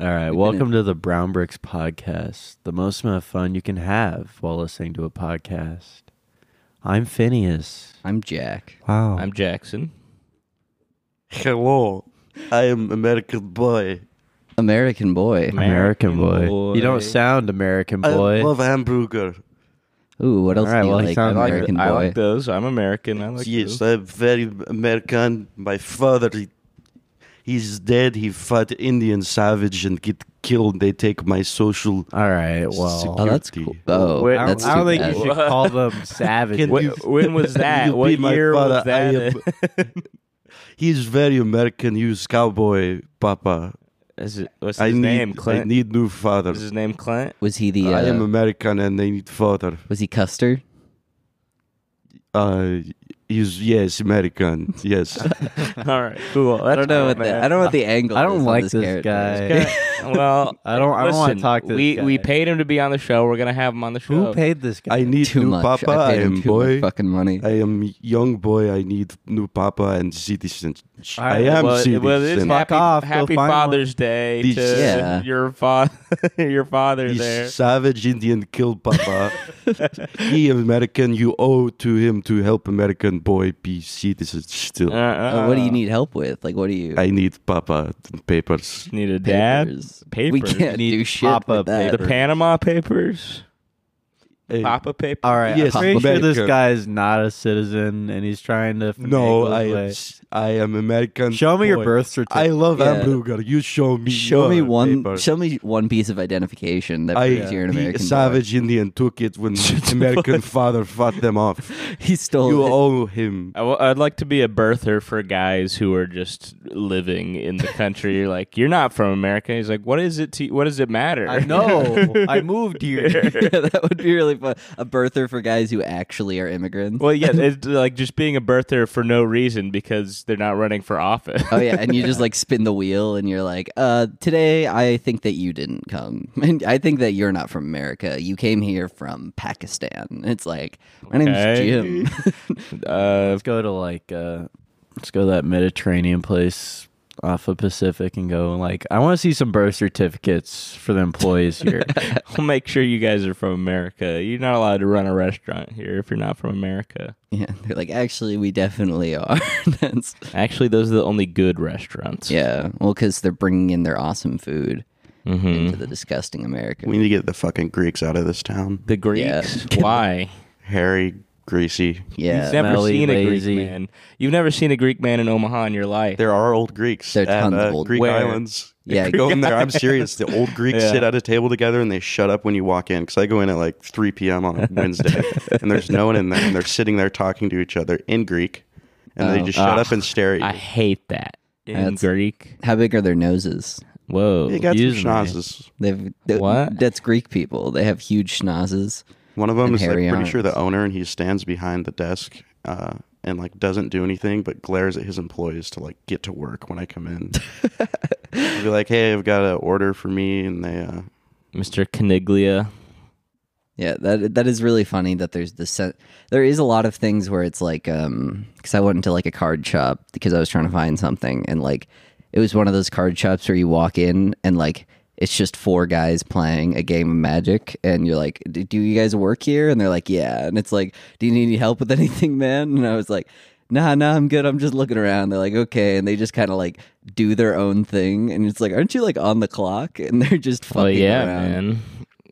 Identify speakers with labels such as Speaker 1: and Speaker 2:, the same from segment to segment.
Speaker 1: All right.
Speaker 2: We've
Speaker 1: Welcome
Speaker 2: been
Speaker 1: to the Brown Bricks Podcast, the most amount of fun you can have while listening to a podcast. I'm Phineas.
Speaker 2: I'm Jack.
Speaker 1: Wow.
Speaker 3: I'm Jackson.
Speaker 4: Hello, I am American boy.
Speaker 2: American boy.
Speaker 1: American, boy.
Speaker 3: American
Speaker 1: You don't
Speaker 3: boy.
Speaker 1: sound American boy.
Speaker 4: I love hamburger.
Speaker 2: Ooh, what else
Speaker 1: All right,
Speaker 2: do you
Speaker 1: well, he
Speaker 2: like?
Speaker 1: sounds like-
Speaker 2: American
Speaker 3: I
Speaker 2: boy.
Speaker 3: like those. I'm American. I like
Speaker 4: yes,
Speaker 3: those.
Speaker 4: I'm very American. My father, he, he's dead. He fought Indian savage and get killed. They take my social.
Speaker 1: All right. Well,
Speaker 2: oh, that's cool.
Speaker 4: Security.
Speaker 2: Oh,
Speaker 1: Wait, I don't,
Speaker 2: that's
Speaker 1: I
Speaker 2: too
Speaker 1: don't think
Speaker 2: bad.
Speaker 1: you should call them savage.
Speaker 4: Can
Speaker 3: Wh-
Speaker 4: you-
Speaker 3: when was that?
Speaker 4: You'll
Speaker 3: what
Speaker 4: be my
Speaker 3: year was
Speaker 4: father. I
Speaker 3: that?
Speaker 4: He's very American. He's cowboy, Papa.
Speaker 3: Is it, what's his
Speaker 4: I need.
Speaker 3: name?
Speaker 4: I
Speaker 3: Clint.
Speaker 4: need new father.
Speaker 3: is his name Clint?
Speaker 2: Was he the?
Speaker 4: I am
Speaker 2: Uh,
Speaker 4: American, and I need father.
Speaker 2: was he Custer?
Speaker 4: Uh, he's yes, American. Yes.
Speaker 3: All right, cool.
Speaker 2: I don't know what the I don't know what the angle.
Speaker 1: uh, I don't
Speaker 2: is on
Speaker 1: like
Speaker 2: this,
Speaker 1: this
Speaker 2: character.
Speaker 1: guy.
Speaker 3: don't. Well,
Speaker 1: I don't. I don't want
Speaker 3: listen,
Speaker 1: to talk to this
Speaker 3: we
Speaker 1: guy.
Speaker 3: we paid him to be on the show. We're gonna have him on the show.
Speaker 1: Who paid this guy?
Speaker 4: I need
Speaker 2: Too
Speaker 4: new
Speaker 2: much.
Speaker 4: Papa.
Speaker 2: I
Speaker 4: I,
Speaker 2: paid him
Speaker 4: am
Speaker 2: too much
Speaker 4: boy.
Speaker 2: fucking money.
Speaker 4: I am young boy. I need new papa and citizen.
Speaker 1: All
Speaker 4: I
Speaker 1: right,
Speaker 4: am
Speaker 3: well,
Speaker 4: citizen.
Speaker 3: well, it's
Speaker 1: Fuck
Speaker 3: happy,
Speaker 1: off, go
Speaker 3: happy
Speaker 1: find one.
Speaker 3: Father's Day
Speaker 4: These-
Speaker 3: to
Speaker 2: Yeah.
Speaker 3: your father, your father
Speaker 4: This
Speaker 3: there.
Speaker 4: savage Indian killed papa. he American. You owe to him to help American boy be citizen still.
Speaker 3: Uh,
Speaker 2: Uh, what do you need help with? Like, what do you?
Speaker 4: I need papa and papers.
Speaker 3: Need a dad?
Speaker 2: Papers.
Speaker 3: Papers.
Speaker 2: We can't
Speaker 1: Need
Speaker 2: do shit
Speaker 1: pop-up
Speaker 2: with that.
Speaker 3: The
Speaker 1: paper.
Speaker 3: Panama Papers.
Speaker 4: Hey,
Speaker 3: Papa paper.
Speaker 1: All right.
Speaker 4: Yes,
Speaker 1: I'm pretty sure this
Speaker 4: American.
Speaker 1: guy is not a citizen, and he's trying to. finagle
Speaker 4: no, I
Speaker 1: his
Speaker 4: am,
Speaker 1: way.
Speaker 4: s- I am American.
Speaker 1: Show me
Speaker 4: boy.
Speaker 1: your birth certificate.
Speaker 4: I love
Speaker 2: Yeah.
Speaker 4: hamburger. You show me.
Speaker 2: Show me
Speaker 4: your
Speaker 2: one.
Speaker 4: paper.
Speaker 2: Show me one piece of identification that
Speaker 4: I,
Speaker 2: proves you're an
Speaker 4: the
Speaker 2: American.
Speaker 4: savage Indian took it when American father fought them off.
Speaker 2: boy. He stole.
Speaker 4: You
Speaker 2: it.
Speaker 4: owe him.
Speaker 3: I w- I'd like to be a birther for guys who are just living in the country. like, you're not from America. He's like, what is it to? What does it matter?
Speaker 1: I know. I moved here.
Speaker 2: yeah, that would be really fun. A birther for guys who actually are immigrants.
Speaker 3: well, yeah, it's like just being a birther for no reason because they're not running for office.
Speaker 2: Oh yeah, and you just like spin the wheel, and you're like, uh, "Today, I think that you didn't come, and I think that you're not from America. You came here from Pakistan." And It's like, my
Speaker 3: Okay.
Speaker 2: name's Jim.
Speaker 3: Uh,
Speaker 1: Let's go to like uh let's go to that Mediterranean place off of Pacific and go like I want to see some birth certificates for the employees here.
Speaker 3: I'll make sure you guys are from America. You're not allowed to run a restaurant here if you're not from America.
Speaker 2: yeah, they're like, "Actually, we definitely are." That's,
Speaker 3: Actually, those are the only good restaurants.
Speaker 2: yeah, well, because they're bringing in their awesome food
Speaker 3: hmm
Speaker 1: Mm-hmm.
Speaker 2: into the disgusting America.
Speaker 4: We need to get the fucking Greeks out of this town.
Speaker 3: The Greeks.
Speaker 2: Yeah.
Speaker 3: Why?
Speaker 4: Hairy, greasy.
Speaker 2: yeah,
Speaker 3: You've never
Speaker 1: Smelly,
Speaker 3: seen a Greek
Speaker 1: lazy.
Speaker 3: man. You've never seen a Greek man in Omaha in your life.
Speaker 4: There are old Greeks.
Speaker 2: There are
Speaker 4: at,
Speaker 2: tons of
Speaker 4: uh,
Speaker 2: old
Speaker 4: Greek
Speaker 3: Where?
Speaker 4: islands.
Speaker 2: Yeah,
Speaker 4: Yeah, go in there. I'm serious. The old Greeks
Speaker 3: Yeah.
Speaker 4: sit at a table together and they shut up when you walk in. Because I go in at like 3 p.m. on a Wednesday, and there's no one in there, and they're sitting there talking to each other in Greek, and they
Speaker 2: Oh.
Speaker 4: just shut
Speaker 3: Ah.
Speaker 4: up and stare at you.
Speaker 3: I hate that. In
Speaker 2: That's-
Speaker 3: Greek.
Speaker 2: How big are their noses?
Speaker 3: Whoa.
Speaker 4: they got some
Speaker 1: use me.
Speaker 4: schnozzes.
Speaker 2: They've they-
Speaker 3: What?
Speaker 2: That's Greek people. They have huge schnozzes.
Speaker 4: One of them
Speaker 2: And
Speaker 4: is like,
Speaker 2: hairy
Speaker 4: pretty sure the
Speaker 2: arms.
Speaker 4: owner, and he stands behind the desk uh, and like doesn't do anything, but glares at his employees to like get to work when I come in. He'll be like, "Hey, I've got an order for me," and they uh,
Speaker 3: Mr. Caniglia.
Speaker 2: Yeah, that that is really funny that there's this sen- there is a lot of things where it's like um cuz I went into like a card shop because I was trying to find something and like it was one of those card shops where you walk in and like it's just four guys playing a game of magic and you're like "D- do you guys work here and they're like yeah and it's like do you need any help with anything man and I was like nah nah I'm good I'm just looking around they're like okay and they just kind of like do their own thing and it's like aren't you like on the clock and they're just fucking
Speaker 3: Oh yeah,
Speaker 2: around.
Speaker 3: man.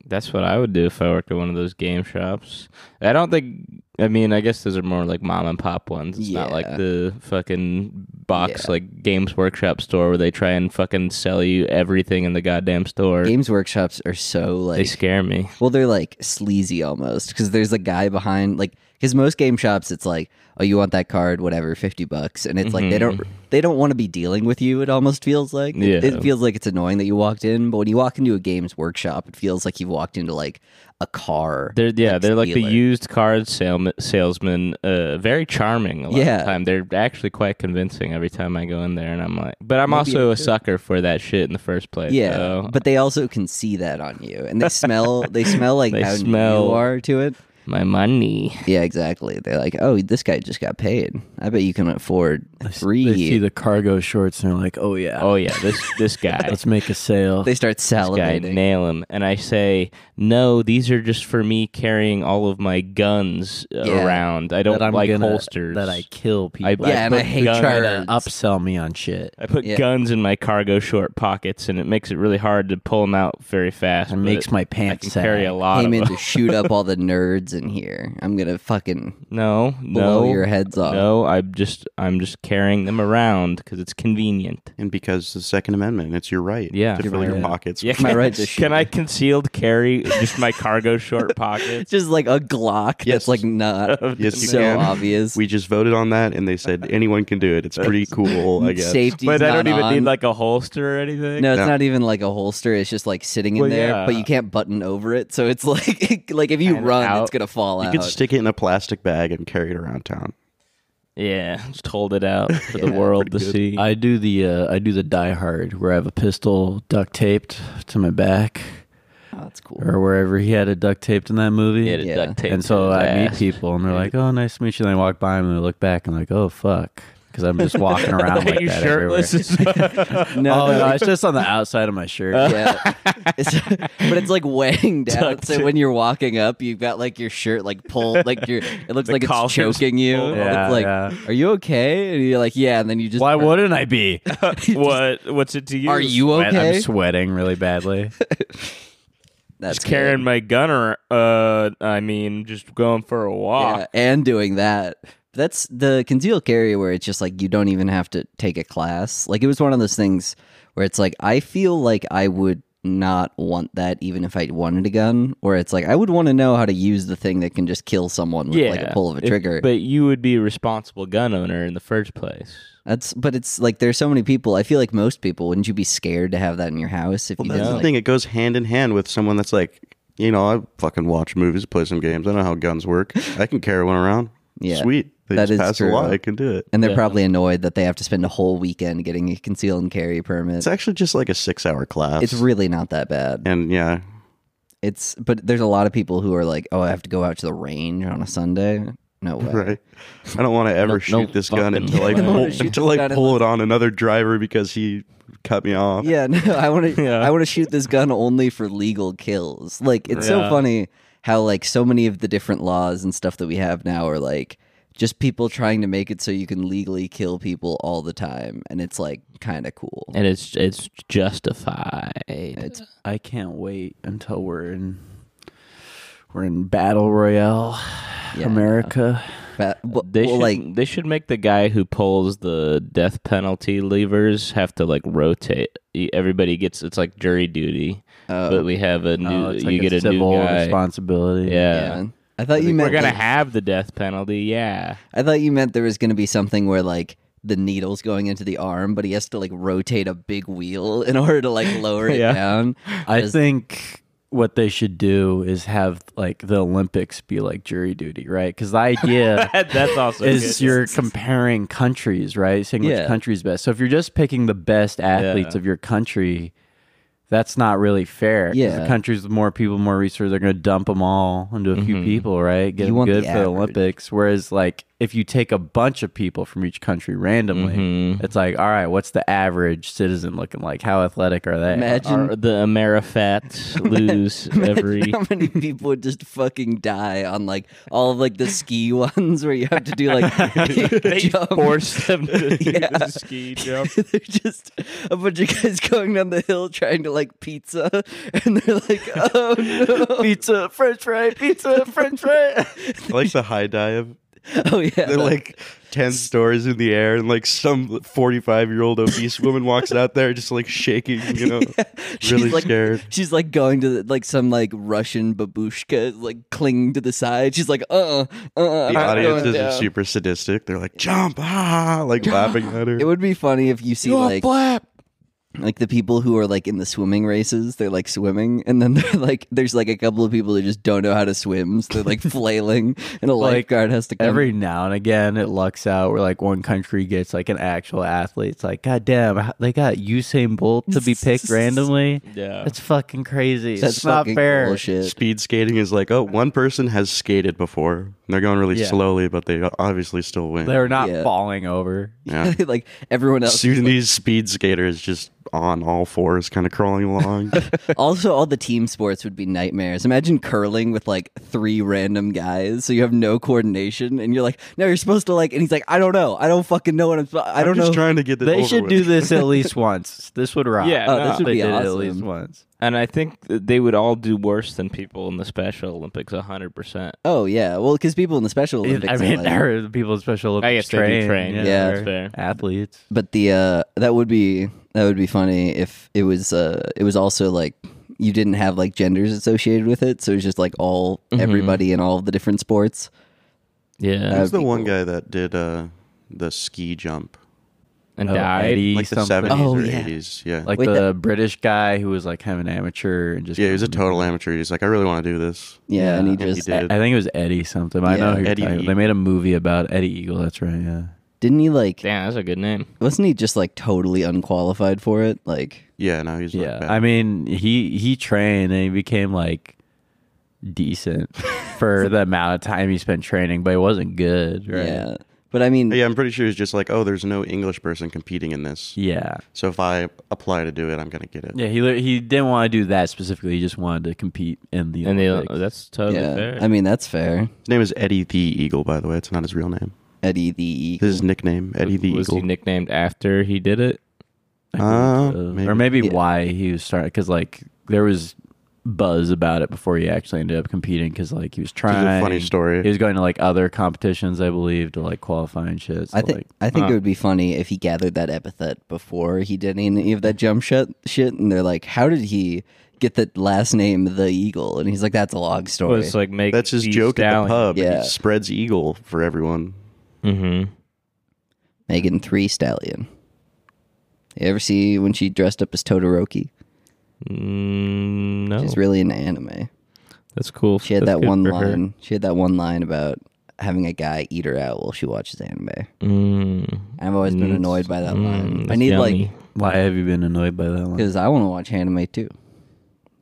Speaker 3: That's what I would do if I worked at one of those game shops. I don't think. I mean, I guess those are more like mom and pop ones. It's not like
Speaker 2: Yeah.
Speaker 3: the fucking box
Speaker 2: Yeah.
Speaker 3: like Games Workshop store where they try and fucking sell you everything in the goddamn store.
Speaker 2: Games workshops are so like
Speaker 3: they scare me.
Speaker 2: Well, they're like sleazy almost because there's a guy behind like because most game shops it's like oh you want that card whatever fifty bucks and it's like they don't they don't want to be dealing with you it almost feels like It- it,
Speaker 3: Mm-hmm. Yeah.
Speaker 2: feels like it's annoying that you walked in but when you walk into a games workshop it feels like you've walked into like a car
Speaker 3: They're yeah,
Speaker 2: Like
Speaker 3: they're like
Speaker 2: stealer.
Speaker 3: the used card sale- salesman. Uh, very charming a lot of
Speaker 2: Yeah.
Speaker 3: the time. They're actually quite convincing every time I go in there, and I'm like, but I'm
Speaker 2: Maybe
Speaker 3: also
Speaker 2: I
Speaker 3: a sucker for that shit in the first place.
Speaker 2: yeah
Speaker 3: so-
Speaker 2: but they also can see that on you and they smell they smell like
Speaker 3: They
Speaker 2: how new
Speaker 3: smell-
Speaker 2: you are to it
Speaker 3: My money.
Speaker 2: Yeah, exactly. They're like, oh, this guy just got paid. I bet you can afford three.
Speaker 1: They see the cargo shorts and they're like, "Oh yeah,
Speaker 3: Oh yeah, this this guy.
Speaker 1: let's make a sale."
Speaker 2: They start
Speaker 3: guy
Speaker 2: salivating.
Speaker 3: nail him and i say no these are just for me carrying all of my guns uh,
Speaker 2: Yeah.
Speaker 3: around i don't
Speaker 1: that I'm
Speaker 3: like
Speaker 1: gonna-
Speaker 3: holsters
Speaker 1: That I kill people.
Speaker 3: I-
Speaker 2: yeah, and I
Speaker 3: put
Speaker 2: hate
Speaker 3: gun-
Speaker 2: charters.
Speaker 1: upsell me on shit.
Speaker 3: I put
Speaker 2: Yeah.
Speaker 3: guns in my cargo short pockets and it makes it really hard to pull them out very fast
Speaker 1: It
Speaker 3: but
Speaker 1: makes my
Speaker 3: i
Speaker 1: pants
Speaker 3: can
Speaker 1: sag.
Speaker 3: carry a lot
Speaker 2: Came
Speaker 3: of
Speaker 2: in
Speaker 3: them.
Speaker 2: to shoot up all the nerds in here. I'm gonna fucking
Speaker 3: no
Speaker 2: blow
Speaker 3: no
Speaker 2: your heads off.
Speaker 3: no i'm just i'm just carrying them around because it's convenient
Speaker 4: and because the Second Amendment, it's your right.
Speaker 3: Yeah.
Speaker 4: to
Speaker 3: Your
Speaker 4: fill your
Speaker 1: right.
Speaker 4: pockets.
Speaker 3: yeah
Speaker 4: with-
Speaker 2: My
Speaker 3: can,
Speaker 2: right to shoot.
Speaker 3: can i concealed carry just my cargo short pockets
Speaker 2: Just like a Glock that's
Speaker 4: Yes.
Speaker 2: like not
Speaker 4: Yes, you
Speaker 2: so
Speaker 4: can.
Speaker 2: obvious.
Speaker 4: We just voted on that, and they said anyone can do it. It's pretty cool, I guess.
Speaker 2: Safety's
Speaker 3: but i
Speaker 2: not
Speaker 3: don't even
Speaker 2: on.
Speaker 3: need like a holster or anything
Speaker 2: No, it's
Speaker 4: No.
Speaker 2: not even like a holster. It's just like sitting in
Speaker 3: Well,
Speaker 2: there,
Speaker 3: yeah.
Speaker 2: but you can't button over it. So it's like like if you
Speaker 3: Kind of
Speaker 2: run,
Speaker 3: out.
Speaker 2: it's gonna fall
Speaker 4: You
Speaker 2: out.
Speaker 4: could stick it in a plastic bag and carry it around town.
Speaker 3: Yeah, just hold it out for the
Speaker 2: Yeah,
Speaker 3: world to
Speaker 4: pretty good.
Speaker 3: see.
Speaker 1: I do the uh, I do the Die Hard where I have a pistol duct taped to my back
Speaker 2: oh, that's cool.
Speaker 1: or wherever he had it duct taped in that movie.
Speaker 2: it
Speaker 3: Get
Speaker 2: yeah.
Speaker 3: duct taped
Speaker 1: and
Speaker 3: to
Speaker 1: so
Speaker 3: his
Speaker 1: I meet
Speaker 3: ass.
Speaker 1: people and they're like, "Oh, nice to meet you." And I walk by them and I look back and I'm like, "Oh fuck," because I'm just walking around
Speaker 3: Are
Speaker 1: like
Speaker 3: you
Speaker 1: that
Speaker 3: shirtless?
Speaker 1: everywhere.
Speaker 2: No,
Speaker 1: oh
Speaker 2: no,
Speaker 1: no, it's just on the outside of my shirt.
Speaker 3: Uh.
Speaker 2: yeah. It's- but it's like weighing down.
Speaker 3: Tucked
Speaker 2: so
Speaker 3: in.
Speaker 2: when you're walking up, you've got like your shirt like pulled, like your it looks
Speaker 3: The
Speaker 2: like
Speaker 3: collar's
Speaker 2: it's choking you.
Speaker 3: pulled.
Speaker 1: Yeah,
Speaker 2: it's like,
Speaker 1: yeah.
Speaker 2: are you okay? And you're like, yeah. And then you just
Speaker 1: Why wouldn't I be?
Speaker 3: what? What's it to you?
Speaker 2: Are you
Speaker 1: Sweat-
Speaker 2: okay?
Speaker 1: I'm sweating really badly.
Speaker 2: That's
Speaker 3: just carrying
Speaker 2: good.
Speaker 3: my gunner? Uh, I mean, just going for a walk.
Speaker 2: Yeah, and doing that. That's the concealed carry where it's just like you don't even have to take a class. Like it was one of those things where it's like I feel like I would not want that even if I wanted a gun. Or it's like I would want to know how to use the thing that can just kill someone with like a pull of a
Speaker 3: If-
Speaker 2: trigger.
Speaker 3: but you would be a responsible gun owner in the first place.
Speaker 2: That's but it's like there's so many people. I feel like most people wouldn't you be scared to have that in your house if you
Speaker 4: That's
Speaker 2: didn't?
Speaker 4: the
Speaker 2: like-
Speaker 4: thing. It goes hand in hand with someone that's like, you know, I fucking watch movies, play some games. I know how guns work. I can carry one around.
Speaker 2: Yeah.
Speaker 4: Sweet. They
Speaker 2: That
Speaker 4: just
Speaker 2: is
Speaker 4: pass a
Speaker 2: true.
Speaker 4: law. I can do it.
Speaker 2: And they're probably annoyed that they have to spend a whole weekend getting a conceal and carry permit.
Speaker 4: It's actually just like a six-hour class.
Speaker 2: It's really not that bad.
Speaker 4: and yeah,
Speaker 2: It's but there's a lot of people who are like, oh, I have to go out to the range on a Sunday. No way.
Speaker 4: right. I don't want to ever shoot this gun
Speaker 3: fucking
Speaker 4: until I
Speaker 3: way. I don't
Speaker 4: pull,
Speaker 2: wanna shoot
Speaker 4: until
Speaker 2: this
Speaker 4: I
Speaker 2: gun
Speaker 4: pull it on another driver because he cut me off.
Speaker 2: Yeah, no, I want to.
Speaker 3: Yeah.
Speaker 2: I want to shoot this gun only for legal kills. Like it's so
Speaker 3: Yeah.
Speaker 2: funny how like so many of the different laws and stuff that we have now are like just people trying to make it so you can legally kill people all the time, and it's like kind of cool.
Speaker 3: And it's it's justified. It's
Speaker 1: I can't wait until we're in we're in battle royale
Speaker 2: Yeah.
Speaker 1: America.
Speaker 2: But, but-
Speaker 3: they
Speaker 2: well,
Speaker 3: should
Speaker 2: like
Speaker 3: they should make the guy who pulls the death penalty levers have to like rotate. E- Everybody gets it's like jury duty, but we have a new.
Speaker 1: Oh, it's like
Speaker 3: you get a new
Speaker 1: civil
Speaker 3: guy.
Speaker 1: responsibility.
Speaker 3: Yeah.
Speaker 2: yeah. I thought you
Speaker 3: We're
Speaker 2: meant
Speaker 3: gonna
Speaker 2: like-
Speaker 3: have the death penalty, yeah.
Speaker 2: I thought you meant there was gonna be something where like the needle's going into the arm, but he has to like rotate a big wheel in order to like lower it
Speaker 3: Yeah.
Speaker 2: down.
Speaker 1: I
Speaker 2: As-
Speaker 1: think what they should do is have like the Olympics be like jury duty, right? Because the idea
Speaker 3: That's also
Speaker 1: is
Speaker 3: good.
Speaker 1: you're comparing countries, right? Saying
Speaker 2: Yeah.
Speaker 1: which country's best. So if you're just picking the best athletes
Speaker 3: Yeah.
Speaker 1: of your country, that's not really fair. 'cause
Speaker 2: Yeah.
Speaker 1: the countries with more people, more resources, they're going to dump them all into a few people, right? Get
Speaker 2: Mm-hmm. You
Speaker 1: 'em
Speaker 2: want
Speaker 1: good
Speaker 2: the
Speaker 1: for the
Speaker 2: average.
Speaker 1: Olympics. Whereas, like, if you take a bunch of people from each country randomly,
Speaker 2: Mm-hmm.
Speaker 1: it's like, all right, what's the average citizen looking like? How athletic are they?
Speaker 2: Imagine
Speaker 3: Are the Amerifat lose every
Speaker 2: how many people would just fucking die on like all of like the ski ones where you have to do like
Speaker 3: they
Speaker 2: jump.
Speaker 3: force them to do
Speaker 2: Yeah.
Speaker 3: the ski jump.
Speaker 2: they're just a bunch of guys going down the hill trying to like pizza, and they're like, "Oh no!"
Speaker 1: Pizza, French fry, pizza, French fry.
Speaker 4: I like the high dive.
Speaker 2: Oh yeah,
Speaker 4: They're like ten stories in the air, and like some forty-five-year-old obese woman walks out there, just like shaking, you know, really
Speaker 2: like,
Speaker 4: scared.
Speaker 2: She's like going to the, like some like Russian babushka, is, like clinging to the side. She's like, uh, uh, uh.
Speaker 4: The audience is super sadistic. They're like, jump, ah, like laughing at her.
Speaker 2: It would be funny if you see like
Speaker 3: flap.
Speaker 2: like the people who are like in the swimming races, they're like swimming, and then they're like, there's like a couple of people who just don't know how to swim, so they're like flailing, and a
Speaker 1: Like,
Speaker 2: lifeguard has to come.
Speaker 1: Every now and again, it lucks out where like one country gets like an actual athlete. It's like, God damn, h- they got Usain Bolt to be picked randomly.
Speaker 3: Yeah.
Speaker 1: That's fucking crazy.
Speaker 2: that's
Speaker 1: it's not
Speaker 2: fucking
Speaker 1: fair.
Speaker 2: bullshit.
Speaker 4: Speed skating is like, oh, one person has skated before. And they're going really
Speaker 1: Yeah.
Speaker 4: slowly, but they obviously still win.
Speaker 1: They're not
Speaker 2: Yeah.
Speaker 1: falling over.
Speaker 4: yeah.
Speaker 2: like everyone else.
Speaker 4: Sudanese speed skater is just on all fours, kind of crawling along.
Speaker 2: also, all the team sports would be nightmares. Imagine curling with like three random guys, so you have no coordination, and you're like, no, you're supposed to like, and he's like, I don't know, I don't fucking know what I'm. sp- I
Speaker 4: I'm
Speaker 2: don't
Speaker 4: just
Speaker 2: know.
Speaker 4: trying to get this.
Speaker 1: They
Speaker 4: over
Speaker 1: should
Speaker 4: with.
Speaker 1: do this at least once. This would rock.
Speaker 3: Yeah,
Speaker 2: Oh,
Speaker 3: no,
Speaker 2: this would
Speaker 1: They
Speaker 2: be
Speaker 1: did it at
Speaker 2: awesome.
Speaker 1: least once.
Speaker 3: and I think that they would all do worse than people in the Special Olympics, hundred percent.
Speaker 2: Oh yeah, well, because people in the Special Olympics,
Speaker 1: I
Speaker 2: are
Speaker 1: mean,
Speaker 2: like-
Speaker 1: there are people in Special Olympics
Speaker 3: I guess they do
Speaker 1: train,
Speaker 3: train.
Speaker 2: Yeah,
Speaker 1: they're
Speaker 3: that's fair.
Speaker 1: Athletes.
Speaker 2: but the uh, that would be that would be funny if it was uh, it was also like you didn't have like genders associated with it, so it's just like all everybody in all of the different sports.
Speaker 3: Yeah,
Speaker 4: Who's
Speaker 2: that'd
Speaker 4: the
Speaker 2: be
Speaker 4: one
Speaker 2: cool.
Speaker 4: guy that did uh, the ski jump?
Speaker 3: and
Speaker 1: Oh,
Speaker 3: died.
Speaker 1: Eddie
Speaker 4: Like the
Speaker 1: something.
Speaker 4: 70s
Speaker 2: Oh,
Speaker 4: or
Speaker 2: yeah.
Speaker 4: 80s. Yeah.
Speaker 1: Like
Speaker 2: Wait,
Speaker 1: the
Speaker 2: that-
Speaker 1: British guy who was like kind of an amateur and just
Speaker 4: yeah, he was a total amateur. He's like, I really want to do this.
Speaker 2: Yeah,
Speaker 1: Yeah,
Speaker 2: and he
Speaker 1: and
Speaker 4: he
Speaker 2: just
Speaker 4: did.
Speaker 1: I think it was Eddie something. I
Speaker 2: Yeah,
Speaker 1: know who you're
Speaker 4: Eddie
Speaker 1: talking about. They
Speaker 4: Eagle.
Speaker 1: made a movie about Eddie Eagle. That's right. Yeah.
Speaker 2: didn't he like
Speaker 3: Damn, that's a good name.
Speaker 2: wasn't he just like totally unqualified for it? Like
Speaker 4: Yeah, no, he's
Speaker 1: Yeah.
Speaker 4: not bad.
Speaker 1: I mean, he he trained and he became like decent for the amount of time he spent training, but he wasn't good. Right.
Speaker 2: yeah, but I mean,
Speaker 4: yeah, I'm pretty sure he's just like, oh, there's no English person competing in this.
Speaker 1: Yeah.
Speaker 4: So if I apply to do it, I'm going to get it.
Speaker 1: Yeah, he li- he didn't want to do that specifically. He just wanted to compete in the
Speaker 3: And
Speaker 1: Olympics.
Speaker 3: they, that's totally
Speaker 2: yeah,
Speaker 3: fair.
Speaker 2: I mean that's fair.
Speaker 4: His name is Eddie the Eagle, by the way. It's not his real name.
Speaker 2: Eddie the E. Eagle.
Speaker 4: This is his nickname, Eddie the
Speaker 3: was
Speaker 4: Eagle.
Speaker 3: he nicknamed after he did it?
Speaker 1: I think
Speaker 4: Uh,
Speaker 1: so.
Speaker 4: maybe.
Speaker 1: or maybe
Speaker 2: Yeah.
Speaker 1: why he was starting because like there was buzz about it before he actually ended up competing because like he was
Speaker 4: funny
Speaker 1: trying.
Speaker 4: story.
Speaker 1: He was going to like other competitions, I believe, to like qualify and shit. So,
Speaker 2: I think
Speaker 1: like,
Speaker 2: I think it would be funny if he gathered that epithet before he did any of that jump shit, shit and they're like, how did he get the last name the Eagle? And he's like, that's a long
Speaker 3: Well,
Speaker 2: story.
Speaker 3: it's like make
Speaker 4: That's his
Speaker 3: these
Speaker 4: joke at the
Speaker 3: stallions.
Speaker 4: pub.
Speaker 2: Yeah.
Speaker 4: He spreads Eagle for everyone.
Speaker 3: Mm-hmm.
Speaker 2: Megan Three Stallion. You ever see when she dressed up as Todoroki?
Speaker 3: Mm, no,
Speaker 2: She's really into anime.
Speaker 3: that's cool.
Speaker 2: She had
Speaker 3: That's
Speaker 2: that
Speaker 3: good
Speaker 2: one
Speaker 3: for her.
Speaker 2: line. She had that one line about having a guy eat her out while she watches anime.
Speaker 3: Mm.
Speaker 2: I've always been
Speaker 3: Mm,
Speaker 2: annoyed by that
Speaker 3: mm,
Speaker 2: line. I
Speaker 3: that's
Speaker 2: need like
Speaker 3: yummy.
Speaker 1: why have you been annoyed by that one?
Speaker 2: because I want to watch anime too.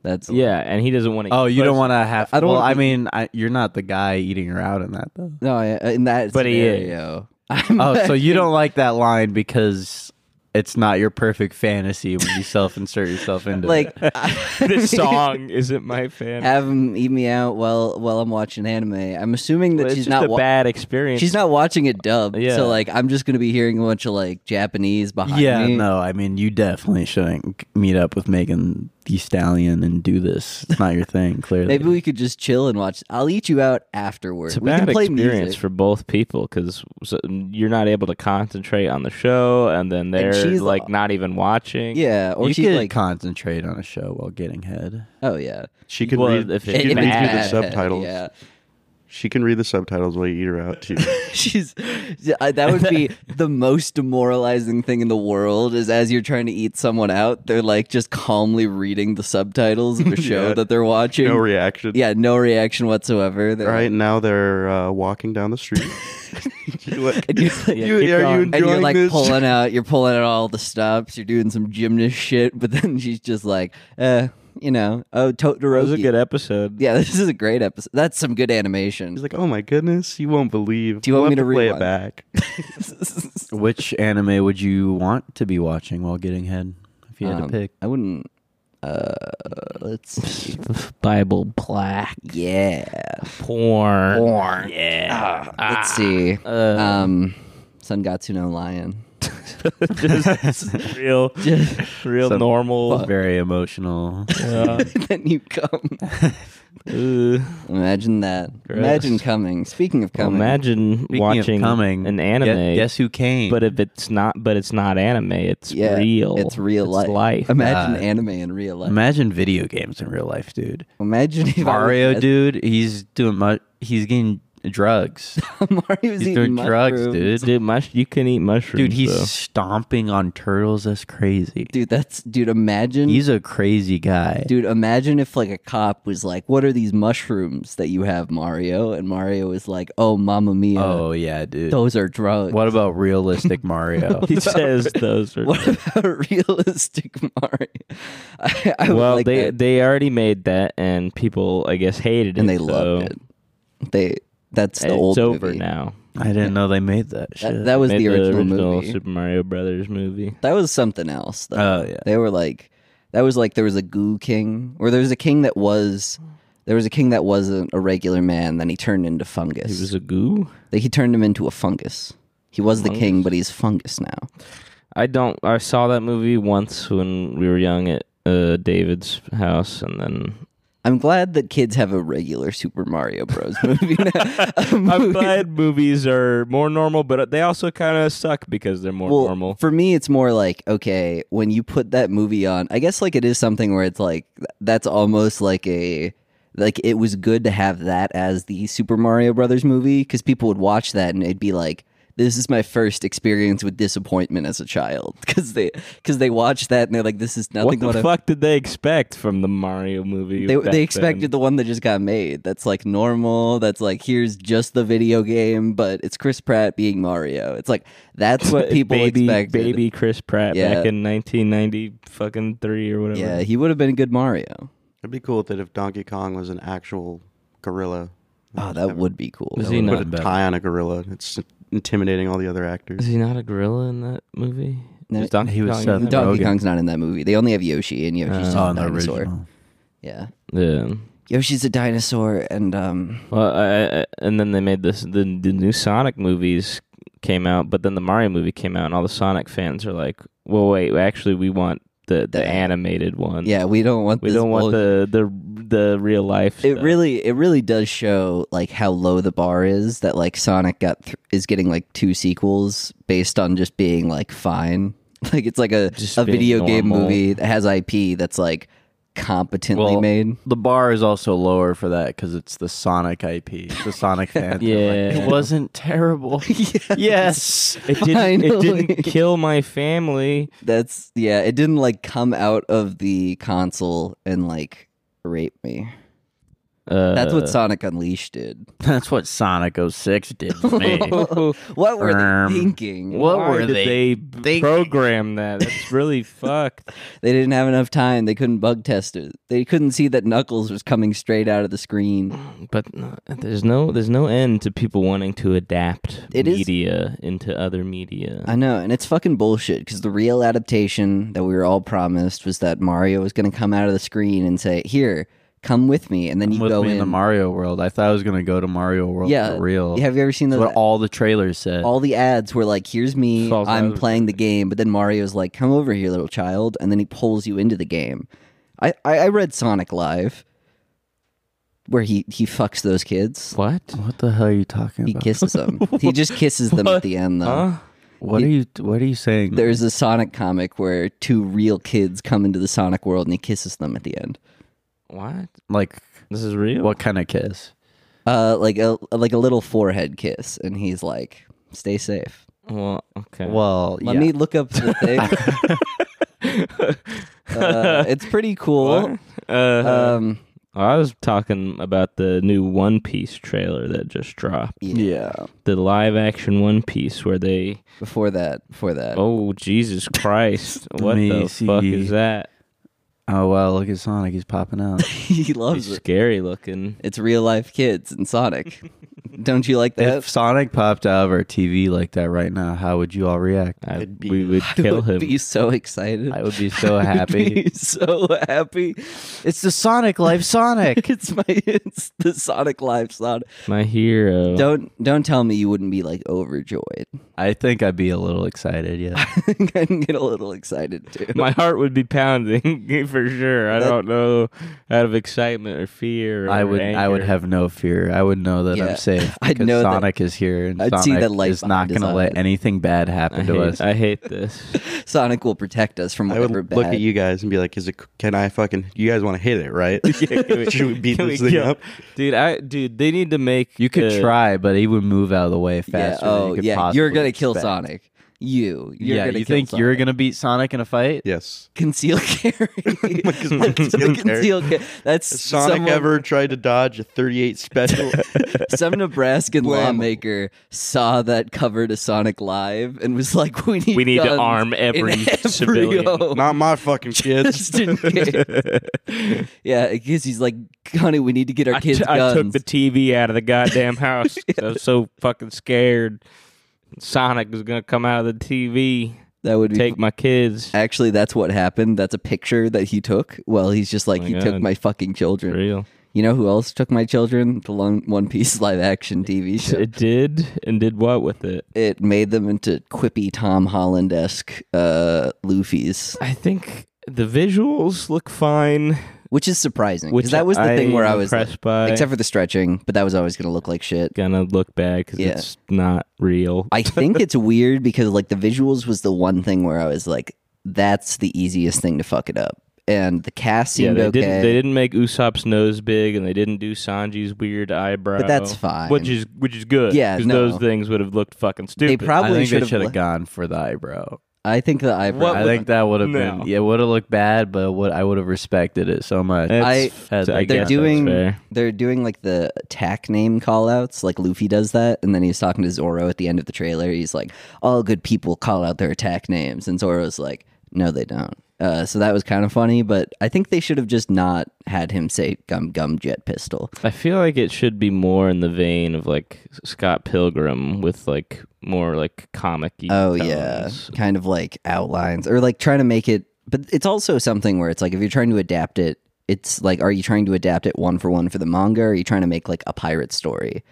Speaker 2: That's
Speaker 3: yeah, and he doesn't want to.
Speaker 1: Oh, you don't want to have.
Speaker 2: I
Speaker 1: I
Speaker 2: don't
Speaker 1: don't. Well,
Speaker 2: wanna
Speaker 1: I
Speaker 2: be-
Speaker 1: mean, I, you're not the guy eating her out in that though.
Speaker 2: No, I- uh, in that
Speaker 3: But uh, he is.
Speaker 2: scenario, I'm
Speaker 1: Oh, so you don't like that line because it's not your perfect fantasy when you self-insert yourself into it.
Speaker 2: like I-
Speaker 3: this song. Isn't my fan?
Speaker 2: have him eat me out while while I'm watching anime. I'm assuming that
Speaker 3: it's
Speaker 2: she's
Speaker 3: just
Speaker 2: not
Speaker 3: a
Speaker 2: wa-
Speaker 3: bad experience.
Speaker 2: she's not watching it dubbed.
Speaker 3: Yeah.
Speaker 2: So like I'm just gonna be hearing a bunch of like Japanese behind
Speaker 1: Yeah,
Speaker 2: me.
Speaker 1: no, I mean, you definitely shouldn't c- meet up with Megan the Stallion and do this. It's not your thing, clearly.
Speaker 2: Maybe we could just chill and watch. I'll eat you out afterwards.
Speaker 3: It's a
Speaker 2: we
Speaker 3: bad
Speaker 2: can play
Speaker 3: experience
Speaker 2: music.
Speaker 3: for both people because you're not able to concentrate on the show, and then they're
Speaker 2: she's-
Speaker 3: like not even watching.
Speaker 2: yeah, or
Speaker 1: you
Speaker 2: she
Speaker 1: could
Speaker 2: like
Speaker 1: concentrate on a show while getting head.
Speaker 2: oh yeah,
Speaker 4: She can
Speaker 3: Well,
Speaker 4: read,
Speaker 3: if
Speaker 4: she
Speaker 3: it- if
Speaker 4: can read
Speaker 3: it's
Speaker 4: you the
Speaker 3: bad,
Speaker 4: subtitles.
Speaker 2: Yeah,
Speaker 4: She can read the subtitles while you eat her out, too.
Speaker 2: she's I- that would be the most demoralizing thing in the world is as you're trying to eat someone out, they're like just calmly reading the subtitles of a show
Speaker 4: Yeah.
Speaker 2: that they're watching.
Speaker 4: no reaction.
Speaker 2: Yeah, no reaction whatsoever. They're
Speaker 4: All right,
Speaker 2: like-
Speaker 4: now they're uh, walking down the street. You're like,
Speaker 2: And you're like-
Speaker 4: "You-
Speaker 3: keep going."
Speaker 4: are you
Speaker 3: And
Speaker 2: and
Speaker 4: enjoying
Speaker 2: you're like
Speaker 4: this?
Speaker 2: pulling out, you're pulling out all the stops. You're doing some gymnast shit, but then she's just like, uh, you know, oh,
Speaker 3: it was
Speaker 2: Totoro.
Speaker 3: a good episode.
Speaker 2: yeah, this is a great episode. That's some good animation.
Speaker 4: He's like, oh my goodness, you won't believe.
Speaker 2: Do you want
Speaker 4: We'll
Speaker 2: me to
Speaker 4: have play
Speaker 2: rewind?
Speaker 4: it back?
Speaker 1: Which anime would you want to be watching while getting head if you had
Speaker 2: Um,
Speaker 1: to pick?
Speaker 2: I wouldn't. Uh, let's. see.
Speaker 3: Bible black
Speaker 2: Yeah.
Speaker 3: porn.
Speaker 2: Born.
Speaker 3: Yeah,
Speaker 2: Ah, let's see. um, Sungatsu no Lion.
Speaker 3: just real, real
Speaker 1: Some-
Speaker 3: normal.
Speaker 1: Very emotional.
Speaker 3: Uh,
Speaker 2: then you come.
Speaker 3: uh,
Speaker 2: Imagine that. Imagine coming. Speaking of coming,
Speaker 3: imagine
Speaker 1: Speaking
Speaker 3: watching
Speaker 1: of coming,
Speaker 3: an anime.
Speaker 1: gue- Guess who came?
Speaker 3: But if it's not, but it's not anime. It's
Speaker 2: yeah,
Speaker 3: real.
Speaker 2: It's real life.
Speaker 3: life.
Speaker 2: Imagine
Speaker 1: God.
Speaker 2: anime in real life.
Speaker 1: imagine video games in real life, dude.
Speaker 2: Imagine if I was
Speaker 1: Mario,
Speaker 2: as-
Speaker 1: dude, he's doing much. He's getting drugs.
Speaker 2: Mario was
Speaker 1: He's
Speaker 2: eating
Speaker 1: doing drugs, dude.
Speaker 2: mushrooms.
Speaker 3: Dude, mush, you can eat mushrooms.
Speaker 1: Dude, he's
Speaker 3: though.
Speaker 1: stomping on turtles. That's crazy.
Speaker 2: Dude, that's dude. Imagine,
Speaker 1: He's a crazy guy.
Speaker 2: dude. Imagine if like a cop was like, "What are these mushrooms that you have, Mario?" And Mario was like, "Oh, Mamma Mia,
Speaker 1: Oh yeah, dude.
Speaker 2: those are drugs."
Speaker 1: What about realistic Mario?
Speaker 3: He says those are.
Speaker 2: What about realistic Mario? I, I would
Speaker 3: well,
Speaker 2: like
Speaker 3: they
Speaker 2: that.
Speaker 3: they already made that, and people I guess hated it,
Speaker 2: and they
Speaker 3: so
Speaker 2: loved it. They that's the
Speaker 3: it's
Speaker 2: old
Speaker 3: over
Speaker 2: movie.
Speaker 3: now.
Speaker 1: I didn't know they made that shit.
Speaker 2: That, that was
Speaker 3: Made
Speaker 2: the original, movie.
Speaker 3: Super Uh, Mario Brothers movie.
Speaker 2: That was something else. Though.
Speaker 1: Oh, yeah.
Speaker 2: They were like, that was like there was a goo king, or there was a king that was, there was a king that wasn't a regular man. Then he turned into fungus.
Speaker 3: He was a goo.
Speaker 2: Like, he turned him into a fungus. He was the king, but he's fungus now.
Speaker 3: I don't. I saw that movie once when we were young at uh, David's house, and then
Speaker 2: I'm glad that kids have a regular Super Mario Bros. movie now. A
Speaker 3: I'm
Speaker 2: movie-
Speaker 3: glad movies are more normal, but they also kind of suck because they're more
Speaker 2: Well,
Speaker 3: normal.
Speaker 2: for me, it's more like okay, when you put that movie on, I guess like it is something where it's like th- that's almost like a like it was good to have that as the Super Mario Brothers movie because people would watch that and it'd be like. This is my first experience with disappointment as a child because they because they watched that and they're like, "This is
Speaker 3: What
Speaker 2: nothing
Speaker 3: the
Speaker 2: what, I
Speaker 3: fuck did they expect from the Mario movie?
Speaker 2: They,
Speaker 3: back
Speaker 2: they expected the one that just got made. That's like normal. That's like here's just the video game, but it's Chris Pratt being Mario. It's like that's
Speaker 3: then?
Speaker 2: what people
Speaker 3: baby,
Speaker 2: expected.
Speaker 3: Baby Chris Pratt
Speaker 2: Yeah.
Speaker 3: back in 1990 fucking three or whatever.
Speaker 2: Yeah, he would have been a good Mario.
Speaker 4: It'd be cool that if Donkey Kong was an actual gorilla.
Speaker 1: Ah,
Speaker 2: Oh, that would be cool.
Speaker 3: Is he
Speaker 1: would've
Speaker 3: not?
Speaker 1: been better.
Speaker 4: Tie on a gorilla. It's intimidating all the other actors.
Speaker 3: Is he not a gorilla in that movie?
Speaker 2: No,
Speaker 3: Was Donkey
Speaker 1: he was
Speaker 3: Kong in
Speaker 1: Seth
Speaker 3: that
Speaker 2: Donkey
Speaker 1: Rogen.
Speaker 2: Kong's not in that movie. They only have Yoshi,
Speaker 3: Uh,
Speaker 2: and Yoshi's just
Speaker 1: Oh,
Speaker 2: a
Speaker 1: in the
Speaker 2: dinosaur.
Speaker 1: original.
Speaker 2: Yeah,
Speaker 3: movie? Yeah.
Speaker 2: Yoshi's a dinosaur, and um,
Speaker 3: Well, I, I, and then they made this. The, the new Sonic movies came out, but then the Mario movie came out, and all the Sonic fans are like, "Well, wait, actually, we want the the,
Speaker 2: The-
Speaker 3: animated one.
Speaker 2: yeah, we don't want.
Speaker 3: we
Speaker 2: this
Speaker 3: don't want
Speaker 2: bull-
Speaker 3: the the the real life."
Speaker 2: It
Speaker 3: stuff.
Speaker 2: really, it really does show like how low the bar is. That like Sonic got th- is getting like two sequels based on just being like fine. Like it's like a
Speaker 3: Just
Speaker 2: a
Speaker 3: being
Speaker 2: video game
Speaker 3: normal.
Speaker 2: movie that has IP that's like competently
Speaker 1: Well,
Speaker 2: made.
Speaker 1: The bar is also lower for that because it's the Sonic IP, the Sonic fans. are like,
Speaker 3: Yeah.
Speaker 1: it wasn't terrible. yes,
Speaker 3: It didn't, it
Speaker 2: Finally.
Speaker 3: didn't kill my family.
Speaker 2: That's yeah. It didn't like come out of the console and like rape me.
Speaker 3: Uh,
Speaker 2: That's what Sonic Unleashed did.
Speaker 1: that's what Sonic 06 did to me.
Speaker 2: What were
Speaker 1: Um,
Speaker 2: they thinking?
Speaker 1: what
Speaker 3: why
Speaker 1: were
Speaker 3: did
Speaker 1: they
Speaker 3: they, b- program that? That's really fucked.
Speaker 2: They didn't have enough time. They couldn't bug test it. They couldn't see that Knuckles was coming straight out of the screen.
Speaker 3: But no, there's no there's no end to people wanting to adapt
Speaker 2: It is-
Speaker 3: media into other media.
Speaker 2: I know, and it's fucking bullshit because the real adaptation that we were all promised was that Mario was going to come out of the screen and say, "Here, come with me," and then you
Speaker 1: with
Speaker 2: go
Speaker 1: me in
Speaker 2: in.
Speaker 1: the Mario world. I thought I was gonna go to Mario World
Speaker 2: yeah,
Speaker 1: for real.
Speaker 2: Have you ever seen
Speaker 1: That's
Speaker 2: those?
Speaker 1: what all the trailers said.
Speaker 2: all the ads were like, "Here's me,
Speaker 3: Falls out
Speaker 2: I'm
Speaker 3: of the
Speaker 2: playing the game," but then Mario's like, "Come over here, little child," and then he pulls you into the game. I I, I read Sonic Live, where he he fucks those kids.
Speaker 3: what?
Speaker 1: what the hell are you talking
Speaker 2: He
Speaker 1: about?
Speaker 2: kisses them. he just kisses them at the end, though.
Speaker 3: Huh?
Speaker 1: What are you? What are you saying?
Speaker 2: There's a Sonic comic where two real kids come into the Sonic world and he kisses them at the end.
Speaker 3: What?
Speaker 1: Like,
Speaker 3: This is real.
Speaker 1: what kind of kiss?
Speaker 2: Uh, like a like a little forehead kiss, and he's like, "Stay safe."
Speaker 3: Well, okay.
Speaker 1: Well,
Speaker 2: Let
Speaker 1: yeah.
Speaker 2: me look up the thing. uh, it's pretty cool.
Speaker 3: Uh,
Speaker 1: Uh-huh.
Speaker 3: uh,
Speaker 2: Um,
Speaker 3: I was talking about the new One Piece trailer that just dropped.
Speaker 1: yeah.
Speaker 3: The live action One Piece where they
Speaker 2: Before that, before that,
Speaker 3: Oh Jesus Christ. what the
Speaker 1: me
Speaker 3: fuck
Speaker 1: see.
Speaker 3: is that?
Speaker 1: Oh wow! Look at Sonic. He's popping out.
Speaker 2: he loves
Speaker 3: It's
Speaker 2: it.
Speaker 3: scary looking.
Speaker 2: It's real life kids and Sonic. Don't you like that?
Speaker 1: if Sonic popped out of our TV like that right now, how would you all react?
Speaker 3: I,
Speaker 4: I'd be-
Speaker 3: we would
Speaker 2: I
Speaker 3: kill
Speaker 2: would
Speaker 3: him.
Speaker 2: Be so excited.
Speaker 1: I would be so
Speaker 2: I would
Speaker 1: happy.
Speaker 2: be so happy.
Speaker 1: it's the Sonic Life Sonic.
Speaker 2: It's my it's the Sonic Live Sonic.
Speaker 3: My hero.
Speaker 2: Don't don't tell me you wouldn't be like overjoyed.
Speaker 1: I think I'd be a little excited. Yeah.
Speaker 2: I think I can get a little excited too.
Speaker 3: my heart would be pounding for sure. I
Speaker 2: That-
Speaker 3: don't know out of excitement or fear. Or
Speaker 1: I would. I would
Speaker 3: anger.
Speaker 1: have no fear. I would know that
Speaker 2: Yeah.
Speaker 1: I'm safe.
Speaker 2: I'd
Speaker 1: because
Speaker 2: know that-
Speaker 1: Sonic is here and
Speaker 2: I'd see
Speaker 1: Sonic
Speaker 2: the light
Speaker 1: is not
Speaker 2: behind his
Speaker 1: going to let
Speaker 2: eye.
Speaker 1: anything bad
Speaker 3: I
Speaker 1: happen to us.
Speaker 3: hate, I hate this.
Speaker 2: Sonic will protect us from
Speaker 4: I would
Speaker 2: whatever bad.
Speaker 4: look at you guys and be like, "Is it? Can I fucking? You guys want to hit it, right? Should we beat
Speaker 3: Can we
Speaker 4: this thing
Speaker 3: kill-
Speaker 4: up?
Speaker 3: dude? I dude, they need to make
Speaker 1: you could
Speaker 3: uh,
Speaker 1: try, but he would move out of the way
Speaker 2: Yeah.
Speaker 1: faster. than you
Speaker 2: Oh,
Speaker 1: could
Speaker 2: yeah. You're gonna
Speaker 1: possibly
Speaker 2: kill
Speaker 1: expect.
Speaker 2: Sonic. You. You're
Speaker 1: yeah,
Speaker 2: gonna
Speaker 1: you
Speaker 2: kill
Speaker 1: think you're
Speaker 2: Sonic.
Speaker 1: gonna beat Sonic in a fight?
Speaker 4: Yes.
Speaker 2: conceal carry?
Speaker 4: Conceal carry.
Speaker 2: conceal carry. That's
Speaker 4: Has Sonic
Speaker 2: someone-
Speaker 4: ever tried to dodge a 38 special?
Speaker 2: Some Nebraskan
Speaker 4: Flammable.
Speaker 2: lawmaker saw that cover to Sonic Live and was like, "We need
Speaker 3: We need to
Speaker 2: guns
Speaker 3: arm
Speaker 2: in
Speaker 3: every civilian."
Speaker 2: home."
Speaker 4: Not my fucking kids.
Speaker 2: Just in case. yeah, because he's like, honey, we need to get our
Speaker 3: I
Speaker 2: kids
Speaker 3: t- I
Speaker 2: guns.
Speaker 3: took the TV out of the goddamn house. 'cause I was so fucking scared. Sonic was gonna come out of the TV,
Speaker 2: that would be
Speaker 3: take my kids.
Speaker 2: actually that's what happened. That's a picture that he took. Well, he's just like
Speaker 3: Oh my
Speaker 2: he
Speaker 3: God.
Speaker 2: took my fucking children.
Speaker 3: Real.
Speaker 2: You know who else took my children? The long One Piece live action TV show.
Speaker 3: It did, and did what with it?
Speaker 2: It made them into quippy Tom Holland esque uh, Luffy's,
Speaker 3: I think the visuals look fine.
Speaker 2: which is surprising
Speaker 3: Which
Speaker 2: because that was the
Speaker 3: I
Speaker 2: thing where I was like,
Speaker 3: impressed by.
Speaker 2: except for the stretching, but that was always going to look like shit.
Speaker 3: gonna look bad because
Speaker 2: Yeah.
Speaker 3: it's not real.
Speaker 2: I think it's weird because like the visuals was the one thing where I was like, that's the easiest thing to fuck it up, and the cast
Speaker 3: yeah,
Speaker 2: seemed
Speaker 3: they
Speaker 2: okay.
Speaker 3: didn't. They didn't make Usopp's nose big, and they didn't do Sanji's weird eyebrow.
Speaker 2: But that's fine.
Speaker 3: Which is which is good.
Speaker 2: Yeah,
Speaker 3: 'cause
Speaker 2: no.
Speaker 3: those things would have looked fucking stupid.
Speaker 1: I
Speaker 2: Probably
Speaker 1: think they
Speaker 2: should've
Speaker 1: should have
Speaker 2: le-
Speaker 1: gone for the eyebrow.
Speaker 2: I think the eyebrow.
Speaker 3: What
Speaker 1: I think that would have
Speaker 3: No.
Speaker 1: been. Yeah, it would have looked bad, but what I would have respected it so much.
Speaker 3: That's-
Speaker 1: I-
Speaker 3: I
Speaker 1: they're
Speaker 3: guess
Speaker 2: Uh, they're
Speaker 3: that's
Speaker 2: doing
Speaker 3: fair.
Speaker 2: they're doing like the attack name call outs like luffy does that and then he's talking to zoro at the end of the trailer he's like all good people call out their attack names and zoro's like no they don't uh, so that was kind of funny but i think they should have just not had him say gum gum jet pistol
Speaker 3: I feel like it should be more in the vein of like Scott Pilgrim with like more like comic.
Speaker 2: oh yeah kind of like outlines or like trying to make it but it's also something where it's like if you're trying to adapt it it's like are you trying to adapt it one for one for the manga or are you trying to make like a pirate story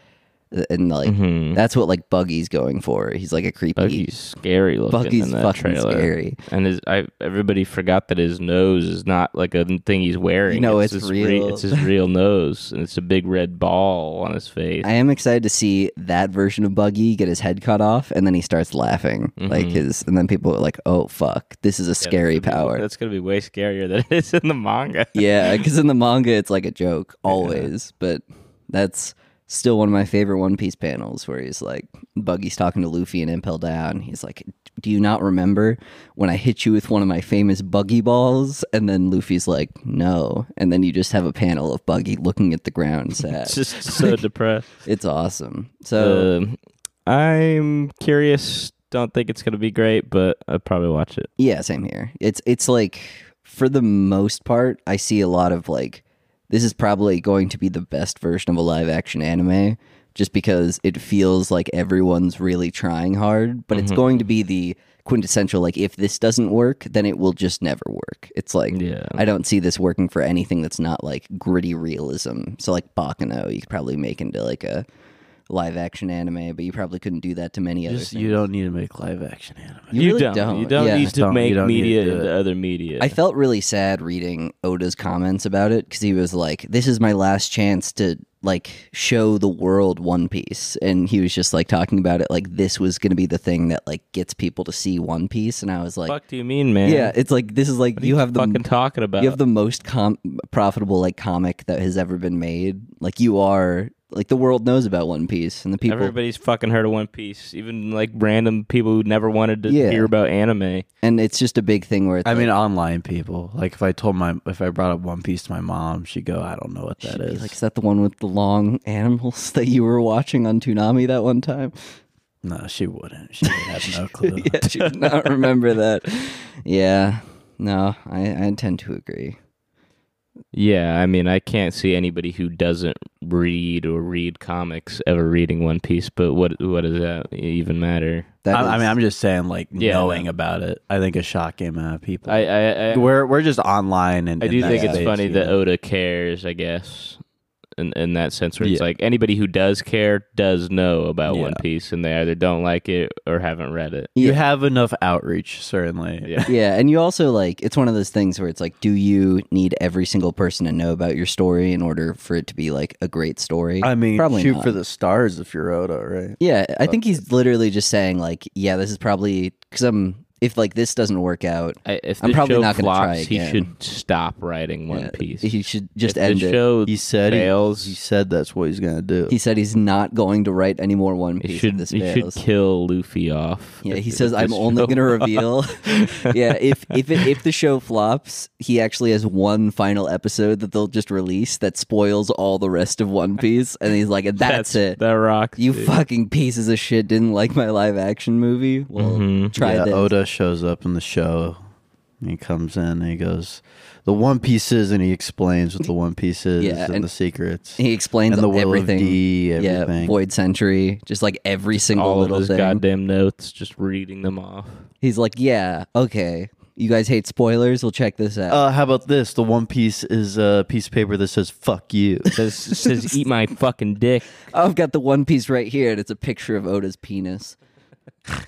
Speaker 2: and like
Speaker 3: hmm
Speaker 2: That's what like Buggy's going for. He's like a creepy.
Speaker 3: Bucky's scary looking
Speaker 2: Bucky's
Speaker 3: in that
Speaker 2: fucking
Speaker 3: trailer.
Speaker 2: scary.
Speaker 3: And his, I, everybody forgot that his nose is not like a thing he's wearing.
Speaker 2: You know, it's
Speaker 3: his re-
Speaker 2: real.
Speaker 3: it's his real nose, and it's a big red ball on his face.
Speaker 2: I am excited to see that version of Buggy get his head cut off, and then he starts laughing like
Speaker 3: Mm-hmm.
Speaker 2: his, and then people are like, "Oh fuck, this is a scary power."
Speaker 3: That's gonna be way scarier than it is in the manga.
Speaker 2: Yeah, because in the manga it's like a joke always, but that's still one of my favorite One Piece panels where he's like, Buggy's talking to Luffy and Impel Down. He's like, "Do you not remember when I hit you with one of my famous Buggy balls?" And then Luffy's like, "No," and then you just have a panel of Buggy looking at the ground sad.
Speaker 3: It's just so depressed.
Speaker 2: It's awesome. So
Speaker 3: Um, I'm curious. Don't think it's gonna be great, but I'll probably watch it.
Speaker 2: yeah, same here. It's it's like for the most part, I see a lot of like this is probably going to be the best version of a live action anime just because it feels like everyone's really trying hard, but it's going to be the quintessential like if this doesn't work, then it will just never work. It's like
Speaker 3: Yeah.
Speaker 2: I don't see this working for anything that's not like gritty realism. So like Bakano, you could probably make into like a live action anime, but you probably couldn't do that to many other
Speaker 1: just
Speaker 2: things.
Speaker 1: you don't need to make live action anime.
Speaker 2: You really don't.
Speaker 3: You don't
Speaker 2: Yeah.
Speaker 3: need to
Speaker 1: Don't- you
Speaker 3: make
Speaker 1: don't need to
Speaker 3: media
Speaker 1: do
Speaker 3: into
Speaker 1: it.
Speaker 3: other media.
Speaker 2: I felt really sad reading Oda's comments about it because he was like, "This is my last chance to like show the world One Piece," and he was just like talking about it like this was going to be the thing that like gets people to see One Piece, and I was like,
Speaker 3: fuck do you mean, man?
Speaker 2: "Yeah, it's like this is like you have the
Speaker 3: fucking talking about.
Speaker 2: you have the most com- profitable like comic that has ever been made. Like you are like the world knows about One Piece, and the people
Speaker 3: Everybody's fucking heard of One Piece, even like random people who never wanted to
Speaker 2: Yeah.
Speaker 3: hear about anime.
Speaker 2: and it's just a big thing where it's
Speaker 1: I
Speaker 2: like,
Speaker 1: mean, online people. Like if I told my if I brought up One Piece to my mom, she'd go, "I don't know what that
Speaker 2: She'd be
Speaker 1: is."
Speaker 2: Like, is that the one with the long animals that you were watching on Toonami that one time?
Speaker 1: no, she wouldn't. She would have no clue.
Speaker 2: yeah, she would not remember that. Yeah. No, I, I tend to agree.
Speaker 3: Yeah, I mean, I can't see anybody who doesn't read or read comics ever reading One Piece. But what what does that even matter?
Speaker 2: That
Speaker 1: I, I
Speaker 2: is-
Speaker 1: mean, I'm just saying, like
Speaker 3: Yeah,
Speaker 1: knowing
Speaker 3: no.
Speaker 1: about it. I think a shock came out of people.
Speaker 3: I I I,
Speaker 1: we're we're just online, and
Speaker 3: I
Speaker 1: and
Speaker 3: do think
Speaker 1: that's
Speaker 3: it's
Speaker 1: it,
Speaker 3: funny
Speaker 1: you
Speaker 3: that
Speaker 1: know?
Speaker 3: Oda cares. I guess in, in that sense where it's
Speaker 1: Yeah.
Speaker 3: like anybody who does care does know about
Speaker 1: Yeah.
Speaker 3: One Piece and they either don't like it or haven't read it.
Speaker 1: You
Speaker 2: Yeah.
Speaker 1: have enough outreach, certainly.
Speaker 3: Yeah.
Speaker 2: yeah, and you also like it's one of those things where it's like, do you need every single person to know about your story in order for it to be like a great story?
Speaker 1: I mean,
Speaker 2: Probably
Speaker 1: shoot
Speaker 2: not.
Speaker 1: for the stars if you're Oda, right?
Speaker 2: yeah, I think he's literally just saying like, yeah, this is probably because I'm if like this doesn't work out,
Speaker 3: I, if the
Speaker 2: I'm probably
Speaker 3: show
Speaker 2: not gonna try
Speaker 3: flops, he
Speaker 2: again.
Speaker 3: should stop writing One
Speaker 2: yeah,
Speaker 3: Piece.
Speaker 2: uh, he should just
Speaker 3: if
Speaker 2: end
Speaker 3: the
Speaker 2: it.
Speaker 3: show
Speaker 1: He said he,
Speaker 3: fails,
Speaker 1: he said that's what he's gonna do.
Speaker 2: He said he's not going to write any more One
Speaker 3: He
Speaker 2: Piece.
Speaker 3: should,
Speaker 2: if this
Speaker 3: he should
Speaker 2: fails.
Speaker 3: kill Luffy off.
Speaker 2: Yeah,
Speaker 3: if-
Speaker 2: he
Speaker 3: if
Speaker 2: says I'm
Speaker 3: this
Speaker 2: only
Speaker 3: show-
Speaker 2: going to reveal. yeah, if if it, if the show flops, he actually has one final episode that they'll just release that spoils all the rest of One Piece, and he's like, "That's, it.
Speaker 3: That rocks.
Speaker 2: you
Speaker 3: dude.
Speaker 2: fucking pieces of shit didn't like my live action movie. Well,
Speaker 3: Mhm.
Speaker 2: try
Speaker 1: yeah,
Speaker 2: this.
Speaker 1: Oda shows up in the show. and He comes in and he goes, "The One Piece is," and he explains what the One Piece is
Speaker 2: Yeah,
Speaker 1: and,
Speaker 2: and-
Speaker 1: the secrets
Speaker 2: He explains
Speaker 1: and the will
Speaker 2: everything.
Speaker 1: of D,
Speaker 2: Yeah,
Speaker 1: everything.
Speaker 2: Void Century, just like every single
Speaker 3: all of
Speaker 2: little
Speaker 3: his
Speaker 2: thing.
Speaker 3: goddamn notes, just reading them off.
Speaker 2: He's like, "Yeah, okay, you guys hate spoilers. We'll check this out."
Speaker 1: uh, how about this? The One Piece is a piece of paper that says "fuck you."
Speaker 3: Says says eat my fucking dick.
Speaker 2: oh, I've got the One Piece right here, and it's a picture of Oda's penis.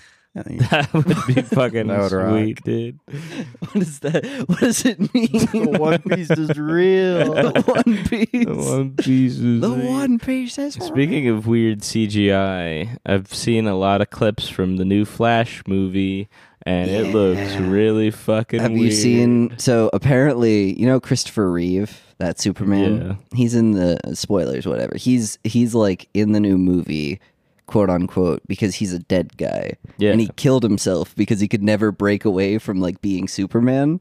Speaker 3: That would be fucking
Speaker 1: That would rock.
Speaker 3: sweet, dude.
Speaker 2: What is that? What does it mean?
Speaker 1: the One Piece is real.
Speaker 2: the One Piece.
Speaker 3: The One Piece is
Speaker 2: The
Speaker 3: like-
Speaker 2: One Piece is
Speaker 3: Speaking of weird CGI, I've seen a lot of clips from the new Flash movie, and it looks really fucking.
Speaker 2: Have you
Speaker 3: weird.
Speaker 2: seen? So apparently, you know Christopher Reeve, that Superman.
Speaker 3: Yeah.
Speaker 2: He's in the spoilers, whatever. He's he's like in the new movie, quote unquote, because he's a dead guy.
Speaker 3: Yeah.
Speaker 2: and he killed himself because he could never break away from like being Superman.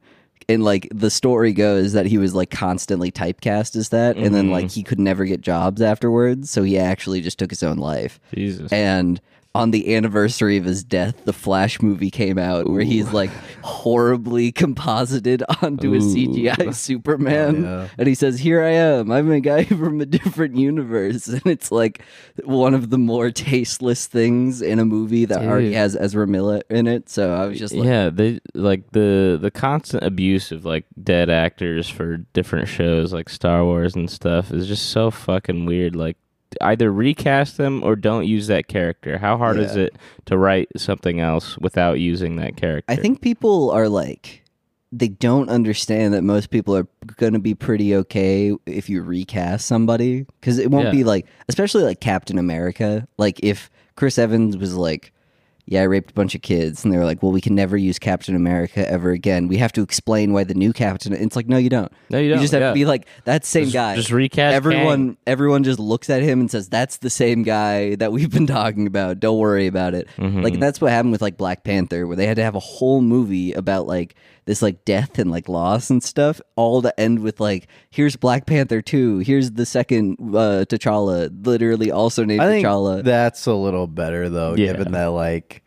Speaker 2: And like the story goes that he was like constantly typecast as that, and
Speaker 3: Mm-hmm.
Speaker 2: then like he could never get jobs afterwards, so he actually just took his own life.
Speaker 3: Jesus?
Speaker 2: and on the anniversary of his death, the Flash movie came out where he's like horribly composited onto a CGI Superman.
Speaker 1: Yeah.
Speaker 2: And he says, Here I am. I'm a guy from a different universe. And it's like one of the more tasteless things in a movie that already
Speaker 3: Dude.
Speaker 2: has Ezra Miller in it. So I was just like,
Speaker 3: yeah, they like the the constant abuse of like dead actors for different shows like Star Wars and stuff is just so fucking weird. Like either recast them or don't use that character. How hard is
Speaker 1: Yeah.
Speaker 3: it to write something else without using that character?
Speaker 2: I think people are like they don't understand that most people are going to be pretty okay if you recast somebody because it won't
Speaker 3: Yeah.
Speaker 2: be like especially like Captain America. Like if Chris Evans was like, "Yeah, I raped a bunch of kids," and they were like, "Well, we can never use Captain America ever again. We have to explain why the new Captain." It's like, no, you don't.
Speaker 3: No, you
Speaker 2: You
Speaker 3: don't,
Speaker 2: just have
Speaker 3: yeah.
Speaker 2: to be like that same
Speaker 3: Just-
Speaker 2: guy.
Speaker 3: just recast
Speaker 2: everyone. Everyone just looks at him and says, "That's the same guy that we've been talking about. Don't worry about it."
Speaker 1: Mm-hmm.
Speaker 2: Like that's what happened with like Black Panther, where they had to have a whole movie about like this like death and like loss and stuff, all to end with like, "Here's Black Panther two. Here's the second uh, T'Challa, literally also named
Speaker 1: I think
Speaker 2: T'Challa."
Speaker 1: that's a little better though,
Speaker 3: Yeah.
Speaker 1: given that like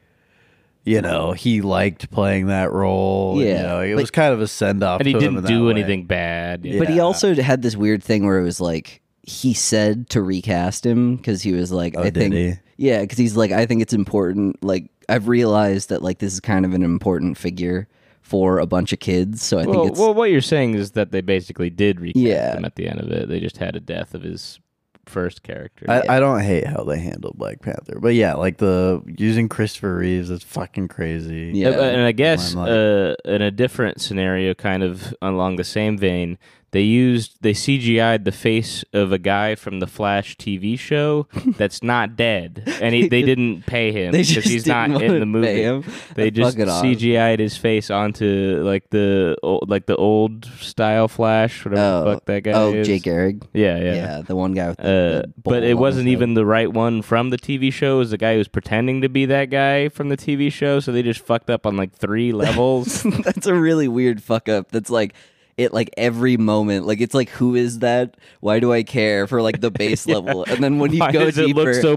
Speaker 1: you know he liked playing that role. and,
Speaker 2: Yeah,
Speaker 1: you know, it
Speaker 2: but-
Speaker 1: was kind of a send off.
Speaker 3: and he
Speaker 1: to him
Speaker 3: didn't
Speaker 1: in that
Speaker 3: do
Speaker 1: way.
Speaker 3: anything bad. Yeah.
Speaker 2: But he
Speaker 1: Yeah.
Speaker 2: also had this weird thing where it was like he said to recast him because he was like,
Speaker 1: Oh,
Speaker 2: I
Speaker 1: did
Speaker 2: think,
Speaker 1: he?
Speaker 2: yeah, because he's like, I think it's important. Like I've realized that like this is kind of an important figure for a bunch of kids, so I
Speaker 3: well,
Speaker 2: think it's
Speaker 3: well, what you're saying is that they basically did recast
Speaker 2: Yeah.
Speaker 3: him at the end of it. They just had a death of his first character.
Speaker 1: I, I don't hate how they handled Black Panther, but yeah, like the using Christopher Reeves, that's fucking crazy.
Speaker 2: Yeah.
Speaker 3: Uh, and I guess
Speaker 1: Limelight.
Speaker 3: uh, in a different scenario, kind of along the same vein, they used they CGI'd the face of a guy from the Flash TV show that's not dead, and he, they didn't pay him
Speaker 2: They
Speaker 3: because
Speaker 2: just
Speaker 3: he's not
Speaker 2: didn't
Speaker 3: in the
Speaker 2: wanna
Speaker 3: movie.
Speaker 2: pay him.
Speaker 3: They
Speaker 2: That's
Speaker 3: just
Speaker 2: fucking awesome.
Speaker 3: CGI'd his face onto like the old, like the old style Flash, whatever the fuck that guy
Speaker 2: oh,
Speaker 3: is.
Speaker 2: Jake Gehrig,
Speaker 3: Yeah,
Speaker 2: yeah.
Speaker 3: yeah.
Speaker 2: the one guy with the,
Speaker 3: Uh,
Speaker 2: the
Speaker 3: but
Speaker 2: bowl
Speaker 3: it
Speaker 2: on
Speaker 3: wasn't
Speaker 2: his
Speaker 3: even the right one from the TV show. It was the guy who was pretending to be that guy from the TV show. So they just fucked up on like three levels.
Speaker 2: head. that's a really weird fuck up. That's like. It like every moment, like it's like who is that? Why do I care for like the base level? And then when you
Speaker 3: Why
Speaker 2: go
Speaker 3: does
Speaker 2: deeper,
Speaker 3: it look so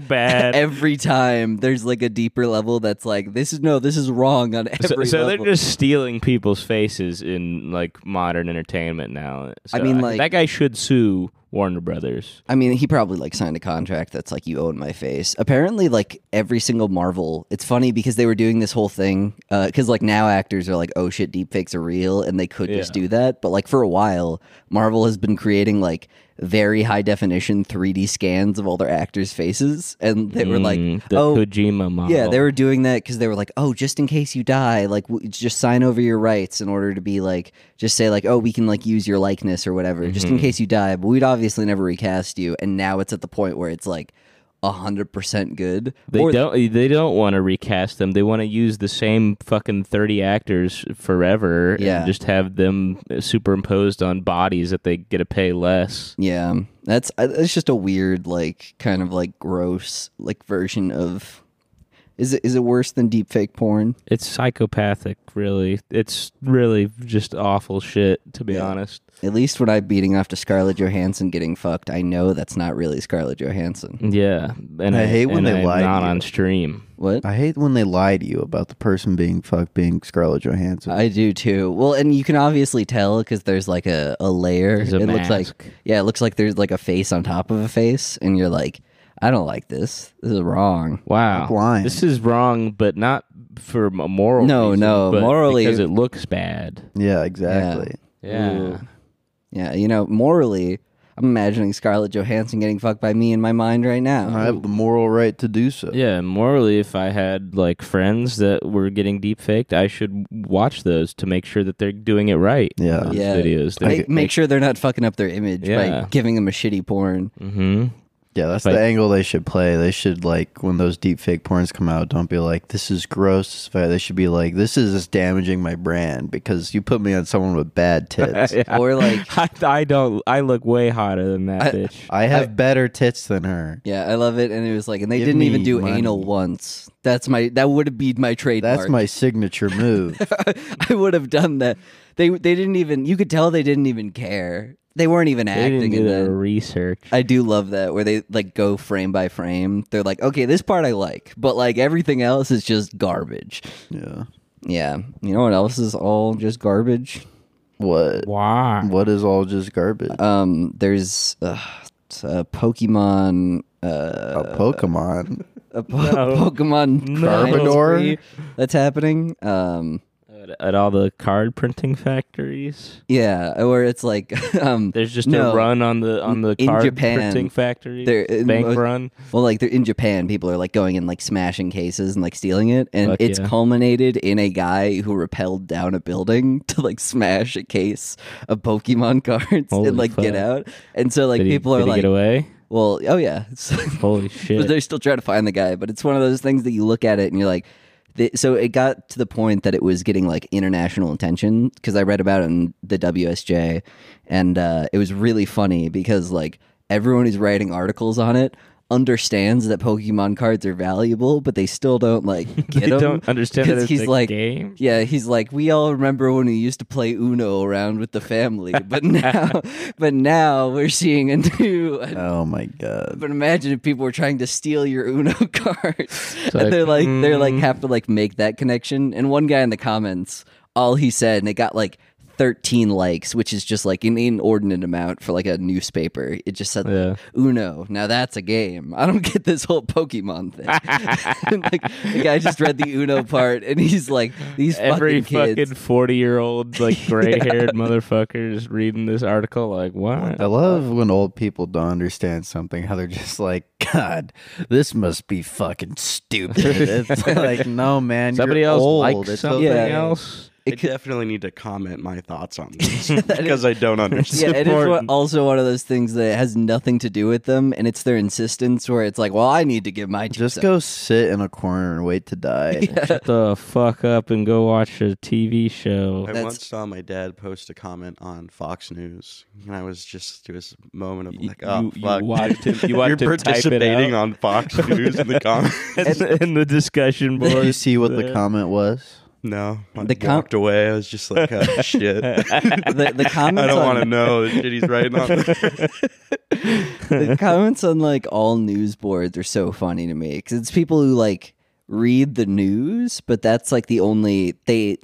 Speaker 3: bad?
Speaker 2: every time there's like a deeper level that's like this is no this is wrong on
Speaker 3: so
Speaker 2: every
Speaker 3: so
Speaker 2: level.
Speaker 3: they're just stealing people's faces in like modern entertainment now. So
Speaker 2: mean, like-
Speaker 3: that guy should sue Warner Brothers.
Speaker 2: I mean, he probably like signed a contract that's like you own my face. Apparently, like every single Marvel. It's funny because they were doing this whole thing because like now actors are like, oh shit, deepfakes are real, and they could just
Speaker 3: Yeah.
Speaker 2: do that. But like for a while, Marvel has been creating like very high definition 3D scans of all their actors' faces, and they were like,
Speaker 3: Mm, the
Speaker 2: "Oh,
Speaker 3: Kojima model.
Speaker 2: yeah, they were doing that because they were like, oh, just in case you die, like w- just sign over your rights in order to be like, just say like, oh, we can like use your likeness or whatever, just
Speaker 3: Mm-hmm.
Speaker 2: in case you die. But we'd obviously never recast you, and now it's at the point where it's like hundred percent good.
Speaker 3: They
Speaker 2: Or-
Speaker 3: don't. They don't want to recast them. They want to use the same fucking thirty actors forever,
Speaker 2: Yeah.
Speaker 3: and just have them superimposed on bodies that they get to pay less.
Speaker 2: Yeah, that's uh, it's just a weird, like, kind of like gross, like version of. Is it is it worse than deepfake porn?
Speaker 3: It's psychopathic, really. It's really just awful shit, to be
Speaker 2: Yeah.
Speaker 3: honest.
Speaker 2: At least when I'm beating off to Scarlett Johansson getting fucked, I know that's not really Scarlett Johansson.
Speaker 3: Yeah, and
Speaker 1: I hate when
Speaker 3: and
Speaker 1: they
Speaker 3: I'm
Speaker 1: lie to
Speaker 3: Not
Speaker 1: you.
Speaker 3: on stream.
Speaker 2: What?
Speaker 1: I hate when they lie to you about the person being fucked being Scarlett Johansson.
Speaker 2: I do too. Well, and you can obviously tell because there's like a, a layer.
Speaker 3: There's a
Speaker 2: it looks
Speaker 3: mask.
Speaker 2: like yeah, it looks like there's like a face on top of a face, and you're like, I don't like this. This is wrong.
Speaker 3: Wow,
Speaker 1: lying.
Speaker 3: this is wrong, but not for a moral.
Speaker 2: No,
Speaker 3: reason,
Speaker 2: no,
Speaker 3: but
Speaker 2: morally-
Speaker 3: because it looks bad.
Speaker 1: yeah, exactly.
Speaker 3: Yeah,
Speaker 2: Yeah, you know, morally, I'm imagining Scarlett Johansson getting fucked by me in my mind right now.
Speaker 1: I have the moral right to do so.
Speaker 3: yeah. Morally, if I had like friends that were getting deep faked, I should watch those to make sure that they're doing it right.
Speaker 1: Yeah.
Speaker 3: those
Speaker 2: Yeah.
Speaker 3: videos.
Speaker 2: Ma- make, sure they're not fucking up their image
Speaker 3: Yeah.
Speaker 2: by giving them a shitty porn.
Speaker 3: hmm
Speaker 1: Yeah, that's
Speaker 3: But-
Speaker 1: the angle they should play. They should like when those deep fake porns come out, don't be like, This is gross. this is bad." They should be like, This is damaging my brand because you put me on someone with bad tits.
Speaker 2: Or like,
Speaker 3: I, I don't. I look way hotter than that bitch.
Speaker 1: I have better tits than her.
Speaker 2: yeah, I love it. And it was like, and they
Speaker 1: Give
Speaker 2: didn't even
Speaker 1: me
Speaker 2: do
Speaker 1: money.
Speaker 2: anal once. That's my that would have been my trademark.
Speaker 1: That's my signature move.
Speaker 2: I would have done that. They they didn't even. You could tell they didn't even care. They weren't even
Speaker 3: they
Speaker 2: acting
Speaker 3: didn't do
Speaker 2: in
Speaker 3: their
Speaker 2: that.
Speaker 3: research.
Speaker 2: I do love that where they like go frame by frame. They're like, okay, this part I like, but like everything else is just garbage.
Speaker 1: yeah.
Speaker 2: Yeah, you know what else is all just garbage?
Speaker 1: What?
Speaker 3: Why?
Speaker 1: What is all just garbage?
Speaker 2: Um, there's uh, a Pokemon. Uh,
Speaker 1: a Pokemon.
Speaker 2: a po- Pokemon crime
Speaker 1: Garbodor?
Speaker 2: spree that's happening. Um,
Speaker 3: At, at all the card printing factories.
Speaker 2: yeah, where it's like, um,
Speaker 3: There's just
Speaker 2: no,
Speaker 3: a run on the on the
Speaker 2: In
Speaker 3: card
Speaker 2: Japan,
Speaker 3: printing factory
Speaker 2: there- in
Speaker 3: bank
Speaker 2: most-
Speaker 3: run.
Speaker 2: Well, like they're in Japan, people are like going and like smashing cases and like stealing it, and
Speaker 3: Fuck
Speaker 2: it's
Speaker 3: yeah.
Speaker 2: culminated in a guy who rappelled down a building to like smash a case of Pokemon cards
Speaker 3: Holy
Speaker 2: and like get
Speaker 3: fuck.
Speaker 2: out. And so like
Speaker 3: did he,
Speaker 2: people
Speaker 3: did
Speaker 2: are
Speaker 3: he
Speaker 2: like,
Speaker 3: get away?
Speaker 2: well, oh yeah, It's-
Speaker 3: Holy
Speaker 2: but
Speaker 3: shit!
Speaker 2: they're still trying to find the guy. But it's one of those things that you look at it and you're like, th- so it got to the point that it was getting like international attention because I read about it in the WSJ, and uh, it was really funny because like everyone who's writing articles on it understands that Pokemon cards are valuable, but they still don't like get
Speaker 3: They
Speaker 2: them.
Speaker 3: don't understand that
Speaker 2: 'cause
Speaker 3: it's
Speaker 2: he's
Speaker 3: a
Speaker 2: like-
Speaker 3: game.
Speaker 2: Yeah, he's like, we all remember when we used to play Uno around with the family, but now, but now we're seeing a new, a
Speaker 1: Oh my god.
Speaker 2: but imagine if people were trying to steal your Uno card,
Speaker 3: like,
Speaker 2: and they're like, they're like
Speaker 3: mm.
Speaker 2: have to like make that connection. And one guy in the comments, all he said, and it got like 13 likes, which is just like an inordinate amount for like a newspaper. It just said
Speaker 3: Yeah.
Speaker 2: Uno. Now that's a game. I don't get this whole Pokemon thing. And, like the guy just read the Uno part, and he's like, these
Speaker 3: Every
Speaker 2: fucking kids.
Speaker 3: fucking forty-year-old, like gray-haired motherfucker, is reading this article. Like, what?
Speaker 1: I love when old people don't understand something, how they're just like, God, this must be fucking stupid. it's like, no, man.
Speaker 3: Somebody
Speaker 1: you're
Speaker 3: else
Speaker 1: old.
Speaker 3: likes
Speaker 1: It's
Speaker 3: something
Speaker 2: Yeah.
Speaker 3: else.
Speaker 4: I definitely need to comment my thoughts on this because I don't
Speaker 2: Yeah,
Speaker 4: understand.
Speaker 2: it is one-
Speaker 3: important.
Speaker 2: also one of those things that has nothing to do with them, and it's their insistence where it's like, well, I need to give my two
Speaker 1: Just
Speaker 2: cents.
Speaker 1: go sit in a corner and wait to die.
Speaker 3: Shut the fuck up and go watch a TV show.
Speaker 4: I
Speaker 2: That's-
Speaker 4: once saw my dad post a comment on Fox News, and I was just it was a moment of
Speaker 3: You-
Speaker 4: like, oh
Speaker 3: you- you
Speaker 4: fuck,
Speaker 3: watched him- you watched
Speaker 4: are
Speaker 3: him type it
Speaker 4: participating
Speaker 3: out?
Speaker 4: on Fox News in the comments.
Speaker 3: in the discussion
Speaker 1: Did
Speaker 3: board.
Speaker 1: you see what the comment was?
Speaker 4: No, I
Speaker 2: The com-
Speaker 4: walked away. I was just like, oh, shit. I
Speaker 2: the, the comments
Speaker 4: don't
Speaker 2: on,
Speaker 4: want to know the shit he's writing on.
Speaker 2: the comments on like all news boards are so funny to me because it's people who like read the news, but that's like the only they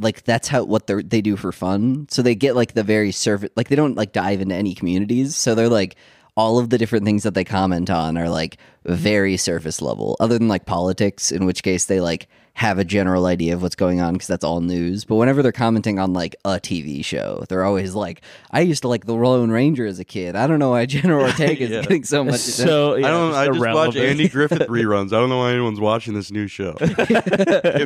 Speaker 2: like that's how what they they do for fun. So they get like the very surface, like they don't like dive into any communities. So they're like all of the different things that they comment on are like very surface level, other than like politics, in which case they like have a general idea of what's going on because that's all news. But whenever they're commenting on like a TV show, they're always like, I used to like the Lone Ranger as a kid. I don't know why General Ortega
Speaker 4: Yeah.
Speaker 2: is getting so much attention.
Speaker 3: So yeah,
Speaker 4: I don't.
Speaker 3: just
Speaker 4: I just watch
Speaker 3: irrelevant.
Speaker 4: Andy Griffith reruns. I don't know why anyone's watching this new show. and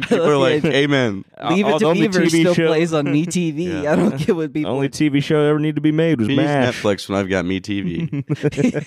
Speaker 4: people are like, "Amen."
Speaker 2: Leave
Speaker 3: All-
Speaker 2: it to
Speaker 3: all uh, the
Speaker 2: Beaver
Speaker 3: TV
Speaker 2: still
Speaker 3: show-
Speaker 2: plays on Me TV.
Speaker 4: Yeah.
Speaker 2: I don't get what people.
Speaker 3: Only TV show ever need to be made was
Speaker 4: Can you use
Speaker 3: MASH.
Speaker 4: Netflix when I've got me TV.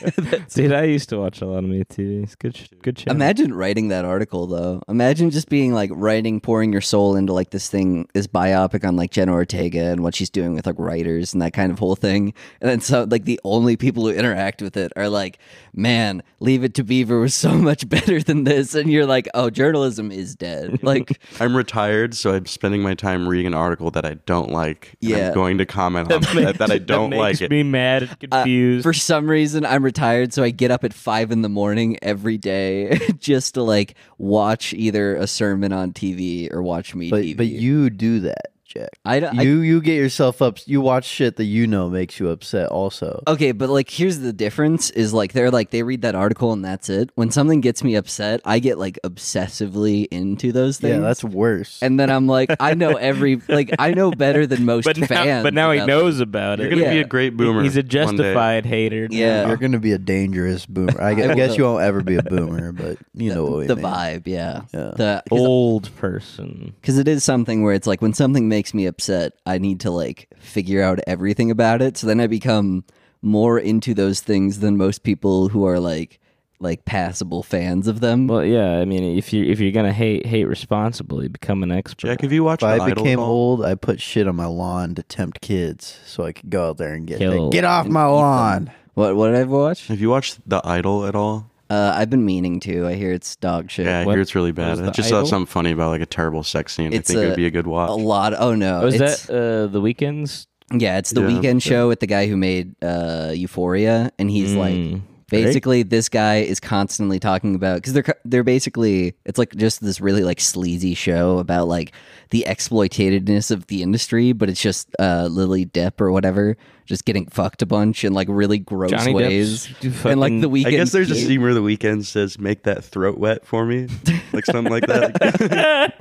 Speaker 3: Dude, I used to watch a lot of me TV. It's good, sh- good channel.
Speaker 2: Imagine writing that article though. Imagine just being like writing, pouring your soul into like this thing, this biopic on like Jenna Ortega and what she's doing with like writers and that kind of whole thing. And then so like the only people who interact with it are like, man, Leave It to Beaver was so much better than this. And you're like, oh, journalism is dead. Like,
Speaker 4: I'm retired, so I'm spending my time reading an article that I don't like. and
Speaker 2: Yeah.
Speaker 4: I'm going to comment on that, that I don't
Speaker 3: that
Speaker 4: like
Speaker 3: makes
Speaker 4: it.
Speaker 3: me mad and
Speaker 2: uh,
Speaker 3: confused.
Speaker 2: for some reason, I'm retired, so I get up at five in the morning every day just to like watch either a sermon on TV or watch me
Speaker 1: But
Speaker 2: TV.
Speaker 1: but you do that, Jack.
Speaker 2: I don't. I-
Speaker 1: you you get yourself up. You watch shit that you know makes you upset. Also,
Speaker 2: Okay, but like here's the difference is like they're like they read that article and that's it. When something gets me upset, I get like obsessively into those things.
Speaker 1: yeah, that's worse.
Speaker 2: and then I'm like, I know every like I know better than most
Speaker 3: but now,
Speaker 2: fans.
Speaker 3: but now he
Speaker 2: about-
Speaker 3: knows about
Speaker 4: You're
Speaker 3: it.
Speaker 4: gonna be
Speaker 2: Yeah.
Speaker 4: a great boomer.
Speaker 3: He's a
Speaker 4: one day.
Speaker 3: justified hater. now.
Speaker 2: Yeah.
Speaker 1: You're gonna be a dangerous boomer. I guess,
Speaker 2: uh, I
Speaker 1: I guess
Speaker 2: will.
Speaker 1: you won't ever be a boomer, but you know what we
Speaker 2: the
Speaker 1: mean.
Speaker 2: vibe, yeah.
Speaker 1: Yeah.
Speaker 2: The
Speaker 3: old person.
Speaker 2: because it is something where it's like when something makes me upset, I need to like figure out everything about it. So then I become more into those things than most people who are like like passable fans of them.
Speaker 3: Well, yeah. I mean, if you if you're gonna hate hate responsibly, become an expert.
Speaker 4: Jack, have you watched
Speaker 1: If I
Speaker 4: Idol
Speaker 1: became
Speaker 4: at all?
Speaker 1: old, I put shit on my lawn to tempt kids so I could go out there and get
Speaker 3: Kill
Speaker 1: get off my lawn.
Speaker 2: what what did I watch?
Speaker 4: Have you watched The Idol at all?
Speaker 2: Uh, I've been meaning to. I hear it's dog shit.
Speaker 4: Yeah, I
Speaker 3: What-
Speaker 4: hear it's really
Speaker 3: was
Speaker 4: bad. I
Speaker 3: The
Speaker 4: just
Speaker 3: Idol?
Speaker 4: saw something funny about like a terrible sex scene.
Speaker 2: It's
Speaker 4: I think it
Speaker 2: a-
Speaker 4: would be a good watch.
Speaker 2: A lot. Oh no.
Speaker 3: Was
Speaker 2: it's,
Speaker 3: that uh, the weekends?
Speaker 2: Yeah, it's the
Speaker 4: Yeah.
Speaker 2: weekend show with the guy who made uh, Euphoria, and he's
Speaker 3: Mm.
Speaker 2: like. Basically, this guy is constantly talking about because they're co- they're basically it's like just this really like sleazy show about like the exploitatedness of the industry, but it's just uh, Lily Depp or whatever just getting fucked a bunch in like really gross
Speaker 3: Johnny
Speaker 2: ways,
Speaker 3: Depp's d-
Speaker 2: and like
Speaker 3: fucking-
Speaker 2: the
Speaker 4: I
Speaker 2: weekend.
Speaker 4: guess there's a scene where the weekend says, "Make that throat wet for me," like something like that.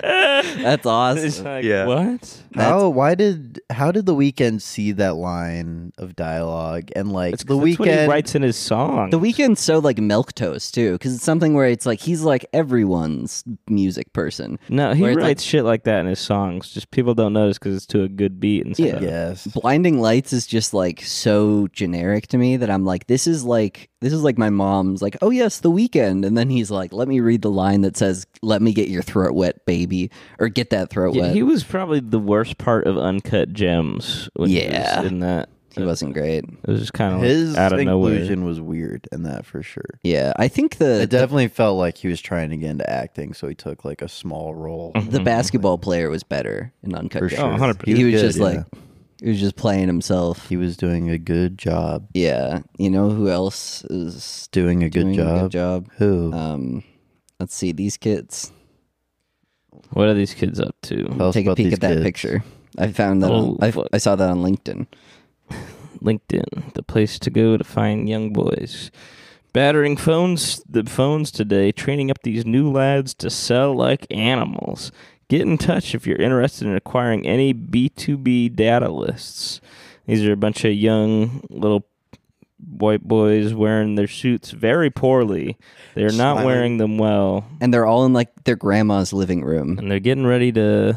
Speaker 2: that's
Speaker 3: It's
Speaker 2: awesome.
Speaker 3: like,
Speaker 4: Yeah.
Speaker 3: What?
Speaker 1: How? Oh, Why did? How did the weekend see that line of dialogue and like
Speaker 3: It's
Speaker 1: the
Speaker 3: 'cause that's what he
Speaker 1: weekend?
Speaker 3: writes in his song.
Speaker 2: The weekend's so like milk toast too, because it's something where it's like he's like everyone's music person.
Speaker 3: No, he
Speaker 2: Where it's
Speaker 3: writes
Speaker 2: like-
Speaker 3: shit like that in his songs. Just people don't notice because it's to a good beat and stuff.
Speaker 2: Yeah.
Speaker 1: yes.
Speaker 2: Blinding Lights is just like so generic to me that I'm like, this is like this is like my mom's like, oh yes, the weekend, and then he's like, let me read the line that says, "Let me get your throat wet, baby," or get that throat
Speaker 3: Yeah,
Speaker 2: wet.
Speaker 3: he
Speaker 2: He,
Speaker 3: was probably the worst part of Uncut Gems. When
Speaker 2: Yeah.
Speaker 3: he was in that
Speaker 2: wasn't great.
Speaker 3: it was just kind of
Speaker 1: His
Speaker 3: like out of nowhere.
Speaker 1: inclusion was weird, and that for sure.
Speaker 2: Yeah, I think the
Speaker 1: It definitely felt like he was trying to get into acting, so he took like a small role.
Speaker 3: Mm-hmm.
Speaker 2: the basketball player was better in Uncut
Speaker 1: Mm-hmm. For
Speaker 2: Gems.
Speaker 1: sure. Oh,
Speaker 3: 100%.
Speaker 2: He was,
Speaker 1: He was good,
Speaker 2: just like he was just playing himself.
Speaker 1: He was doing a good job.
Speaker 2: Yeah, you know who else is
Speaker 1: Doing a good
Speaker 2: doing
Speaker 1: job.
Speaker 2: a good job?
Speaker 1: Who?
Speaker 3: Uh,
Speaker 2: Um, let's see these kids.
Speaker 3: What are these kids up to?
Speaker 1: Tell us
Speaker 2: Take a
Speaker 1: about
Speaker 2: peek
Speaker 1: these
Speaker 2: at that
Speaker 1: kids.
Speaker 2: picture. I found that.
Speaker 3: Oh,
Speaker 2: on, I,
Speaker 3: fuck.
Speaker 2: I saw that on LinkedIn.
Speaker 3: LinkedIn, the place to go to find young boys. Battering phones, the phones today, training up these new lads to sell like animals. Get in touch if you're interested in acquiring any B2B data lists. These are a bunch of young little white boys wearing their suits very poorly. They're not
Speaker 4: Smiling.
Speaker 3: wearing them well,
Speaker 2: and they're all in like their grandma's living room
Speaker 3: and they're getting ready to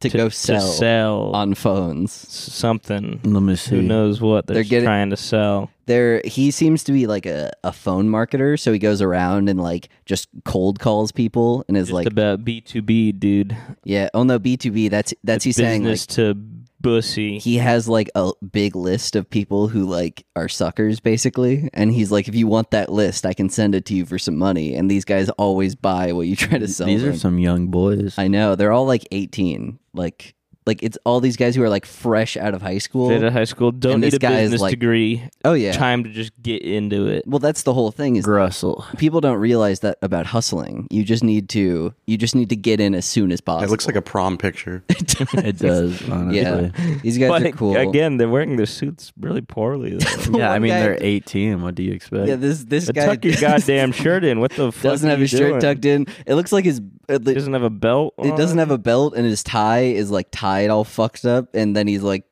Speaker 2: to, go sell,
Speaker 3: to sell
Speaker 2: on phones.
Speaker 3: s- something.
Speaker 1: Let me see.
Speaker 3: Who knows what they're,
Speaker 2: They're getting-
Speaker 3: trying to sell?
Speaker 2: There, he seems to be like a, a phone marketer, so he goes around and like just cold calls people and is
Speaker 3: Just
Speaker 2: like,
Speaker 3: about B two B, dude.
Speaker 2: yeah, oh no, B two B. That's that's he's saying like
Speaker 3: business to bussy.
Speaker 2: he has like a big list of people who like are suckers basically, and he's like, if you want that list, I can send it to you for some money. And these guys always buy what you try to sell.
Speaker 1: These are
Speaker 2: them.
Speaker 1: some young boys.
Speaker 2: I know they're all like eighteen, like Like it's all these guys who are like fresh out of high school.
Speaker 3: Straight out of high school, don't
Speaker 2: and
Speaker 3: need
Speaker 2: this
Speaker 3: a
Speaker 2: guy is
Speaker 3: business
Speaker 2: like-
Speaker 3: degree.
Speaker 2: oh yeah.
Speaker 3: Time to just get into it.
Speaker 2: Well, that's the whole thing is
Speaker 1: Grussel.
Speaker 2: people don't realize that about hustling. You just need to you just need to get in as soon as possible.
Speaker 4: It looks like a prom picture.
Speaker 1: It does, honestly.
Speaker 2: yeah.
Speaker 1: Yeah,
Speaker 2: These guys are
Speaker 3: But
Speaker 2: cool.
Speaker 3: again, they're wearing their suits really poorly. Though.
Speaker 1: I
Speaker 2: One
Speaker 1: mean
Speaker 2: guy-
Speaker 1: they're 18. What do you expect?
Speaker 2: Yeah, this this
Speaker 3: But
Speaker 2: guy
Speaker 3: tuck your goddamn shirt in. What the fuck?
Speaker 2: doesn't
Speaker 3: are
Speaker 2: have
Speaker 3: you
Speaker 2: his shirt
Speaker 3: doing?
Speaker 2: tucked in. It looks like his it,
Speaker 3: He doesn't have a belt.
Speaker 2: it doesn't
Speaker 3: on.
Speaker 2: have a belt and his tie is like tied all fucked up and then he's like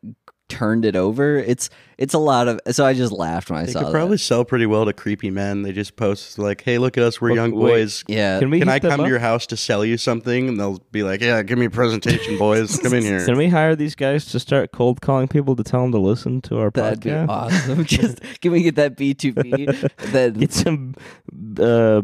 Speaker 2: turned it over. It's it's a lot of so I just laughed when I
Speaker 4: They
Speaker 2: saw
Speaker 4: could
Speaker 2: that.
Speaker 4: probably sell pretty well to creepy men. They just post like, "Hey, look at us, we're
Speaker 3: Look,
Speaker 4: young
Speaker 3: wait.
Speaker 4: boys.
Speaker 2: yeah.
Speaker 3: Can we
Speaker 4: Can
Speaker 3: hit
Speaker 4: I
Speaker 3: them
Speaker 4: come to
Speaker 3: up?
Speaker 4: your house to sell you something?" And they'll be like, "Yeah, give me a presentation, boys. Come in here."
Speaker 3: Can we hire these guys to start cold calling people to tell them to listen to our
Speaker 2: That'd be
Speaker 3: podcast?
Speaker 2: awesome. Just can we get that B two B that
Speaker 3: Get some uh,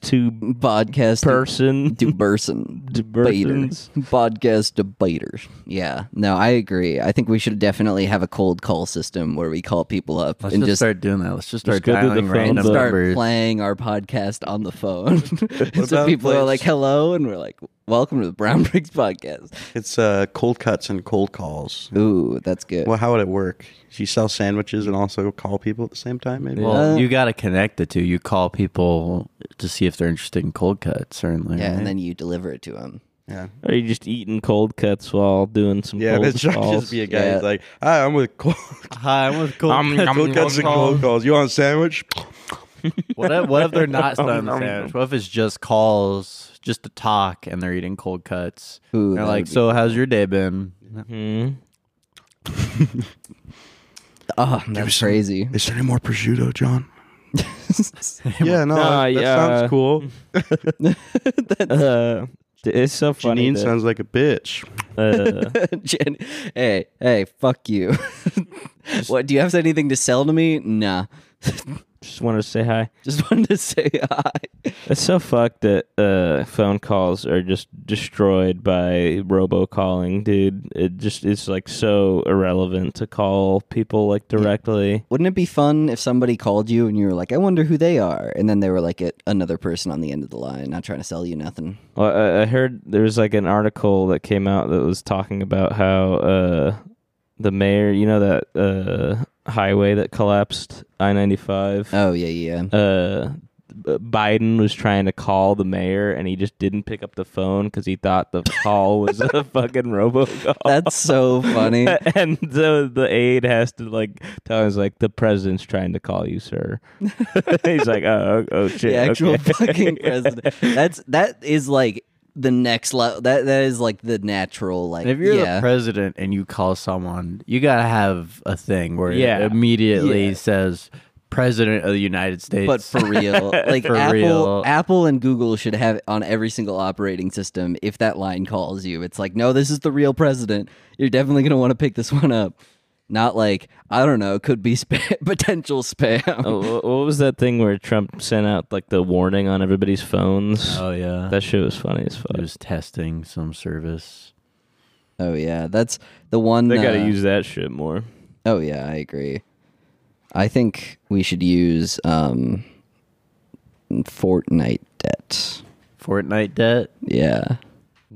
Speaker 3: to
Speaker 2: podcast
Speaker 3: person
Speaker 2: to person
Speaker 3: to
Speaker 2: debater
Speaker 3: persons.
Speaker 2: podcast debater. Yeah, no, I agree. I think we should definitely have a cold call system where we call people up
Speaker 1: Let's
Speaker 2: and
Speaker 1: just,
Speaker 2: just
Speaker 1: start doing that. Let's just
Speaker 3: Let's
Speaker 1: start
Speaker 3: go through the
Speaker 1: dialing
Speaker 3: phone
Speaker 1: random
Speaker 3: book.
Speaker 2: start
Speaker 1: numbers.
Speaker 2: playing our podcast on the phone. so
Speaker 4: about
Speaker 2: people are
Speaker 4: place?
Speaker 2: like, "Hello," and we're like, "Welcome to the Brown Bricks Podcast."
Speaker 4: It's uh, cold cuts and cold calls.
Speaker 2: Ooh, that's good.
Speaker 4: Well, how would it work? You sell sandwiches and also call people at the same time, maybe.
Speaker 1: Well,
Speaker 2: Uh,
Speaker 1: you got to connect the two. You call people to see if they're interested in cold cuts, certainly.
Speaker 2: yeah,
Speaker 1: right?
Speaker 2: and then you deliver it to them.
Speaker 4: yeah.
Speaker 3: Are you just eating cold cuts while doing some
Speaker 4: Yeah,
Speaker 3: cold
Speaker 4: but it should
Speaker 3: calls?
Speaker 4: just be a guy
Speaker 2: Yeah.
Speaker 4: who's like, "Hi, I'm with cold,
Speaker 1: Hi, I'm with cold
Speaker 3: Um,
Speaker 1: cuts.
Speaker 3: um,
Speaker 4: cold cuts and cold calls. You want a sandwich?"
Speaker 1: What if, what if they're not selling the
Speaker 3: Um,
Speaker 1: sandwich? What if it's just calls, just to talk, and they're eating cold cuts?
Speaker 2: Ooh,
Speaker 1: they're
Speaker 2: that
Speaker 1: like,
Speaker 2: would be-
Speaker 1: so how's your day been?
Speaker 3: Hmm.
Speaker 2: Oh, that's crazy.
Speaker 4: Is there any more prosciutto, John? yeah, no,
Speaker 3: Nah,
Speaker 4: that, that
Speaker 3: yeah.
Speaker 4: sounds cool.
Speaker 3: Uh, it's so funny.
Speaker 4: Janine
Speaker 3: that,
Speaker 4: sounds like a bitch.
Speaker 3: uh,
Speaker 2: Jen, hey, hey, fuck you. what do you have anything to sell to me? Nah,
Speaker 3: just wanted to say hi.
Speaker 2: just wanted to say hi.
Speaker 3: It's so fucked that uh, phone calls are just destroyed by robocalling, dude. It just it's like so irrelevant to call people like directly.
Speaker 2: Wouldn't it be fun if somebody called you and you were like, "I wonder who they are," and then they were like a, another person on the end of the line, not trying to sell you nothing.
Speaker 3: Well, I, I heard there was like an article that came out that was talking about how uh, the mayor, you know that uh, highway that collapsed, I ninety five.
Speaker 2: Oh yeah, yeah.
Speaker 3: uh, B- Biden was trying to call the mayor and he just didn't pick up the phone because he thought the call was a fucking robocall.
Speaker 2: That's so funny.
Speaker 3: and so the aide has to like tell him, he's like, the president's trying to call you, sir. he's like, oh, oh, oh, shit.
Speaker 2: the actual
Speaker 3: okay."
Speaker 2: fucking president. That's that is like the next level. That that is like the natural like.
Speaker 1: And if you're
Speaker 2: yeah.
Speaker 1: the president and you call someone, you got to have a thing where
Speaker 3: Yeah.
Speaker 1: it immediately says, President of the United States.
Speaker 2: but for real, like
Speaker 1: For
Speaker 2: Apple,
Speaker 1: real.
Speaker 2: Apple and Google should have it on every single operating system. If that line calls you, it's like, no, this is the real president. You're definitely gonna want to pick this one up. Not like I don't know, could be spa- potential spam.
Speaker 3: Oh, wh- what was that thing where Trump sent out like the warning on everybody's phones?
Speaker 2: Uh,
Speaker 1: oh, yeah.
Speaker 3: That shit was funny as
Speaker 1: it
Speaker 3: fuck.
Speaker 1: was testing some service.
Speaker 2: Oh yeah, that's the one.
Speaker 3: They gotta
Speaker 2: uh,
Speaker 3: use that shit more.
Speaker 2: Oh yeah, I agree. I think we should use um Fortnite debt.
Speaker 1: Fortnite debt.
Speaker 2: Yeah.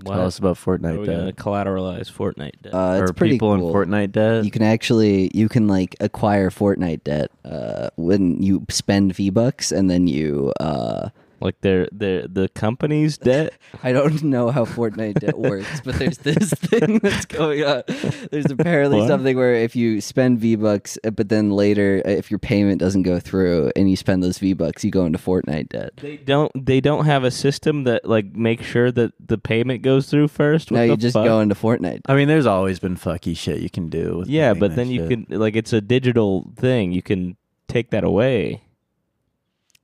Speaker 1: Tell us about
Speaker 3: Are
Speaker 1: Fortnite
Speaker 3: we gonna
Speaker 1: debt.
Speaker 3: collateralize Fortnite debt?
Speaker 2: Uh it's
Speaker 1: or
Speaker 2: pretty
Speaker 1: people
Speaker 2: cool.
Speaker 1: in Fortnite debt.
Speaker 2: You can actually you can like acquire Fortnite debt uh when you spend V-bucks and then you uh
Speaker 3: like their their the company's debt.
Speaker 2: I don't know how Fortnite debt works, but there's this thing that's going on. There's apparently
Speaker 3: What?
Speaker 2: something where if you spend V bucks, but then later, uh, if your payment doesn't go through and you spend those V bucks, you go into Fortnite debt.
Speaker 3: They don't they don't have a system that like makes sure that the payment goes through first. What
Speaker 2: No, you
Speaker 3: the
Speaker 2: just
Speaker 3: fuck?
Speaker 2: go into Fortnite.
Speaker 1: I mean, there's always been fucky shit you can do. With
Speaker 3: Yeah,
Speaker 1: making
Speaker 3: but
Speaker 1: that
Speaker 3: then you
Speaker 1: shit.
Speaker 3: can like it's a digital thing. You can take that away.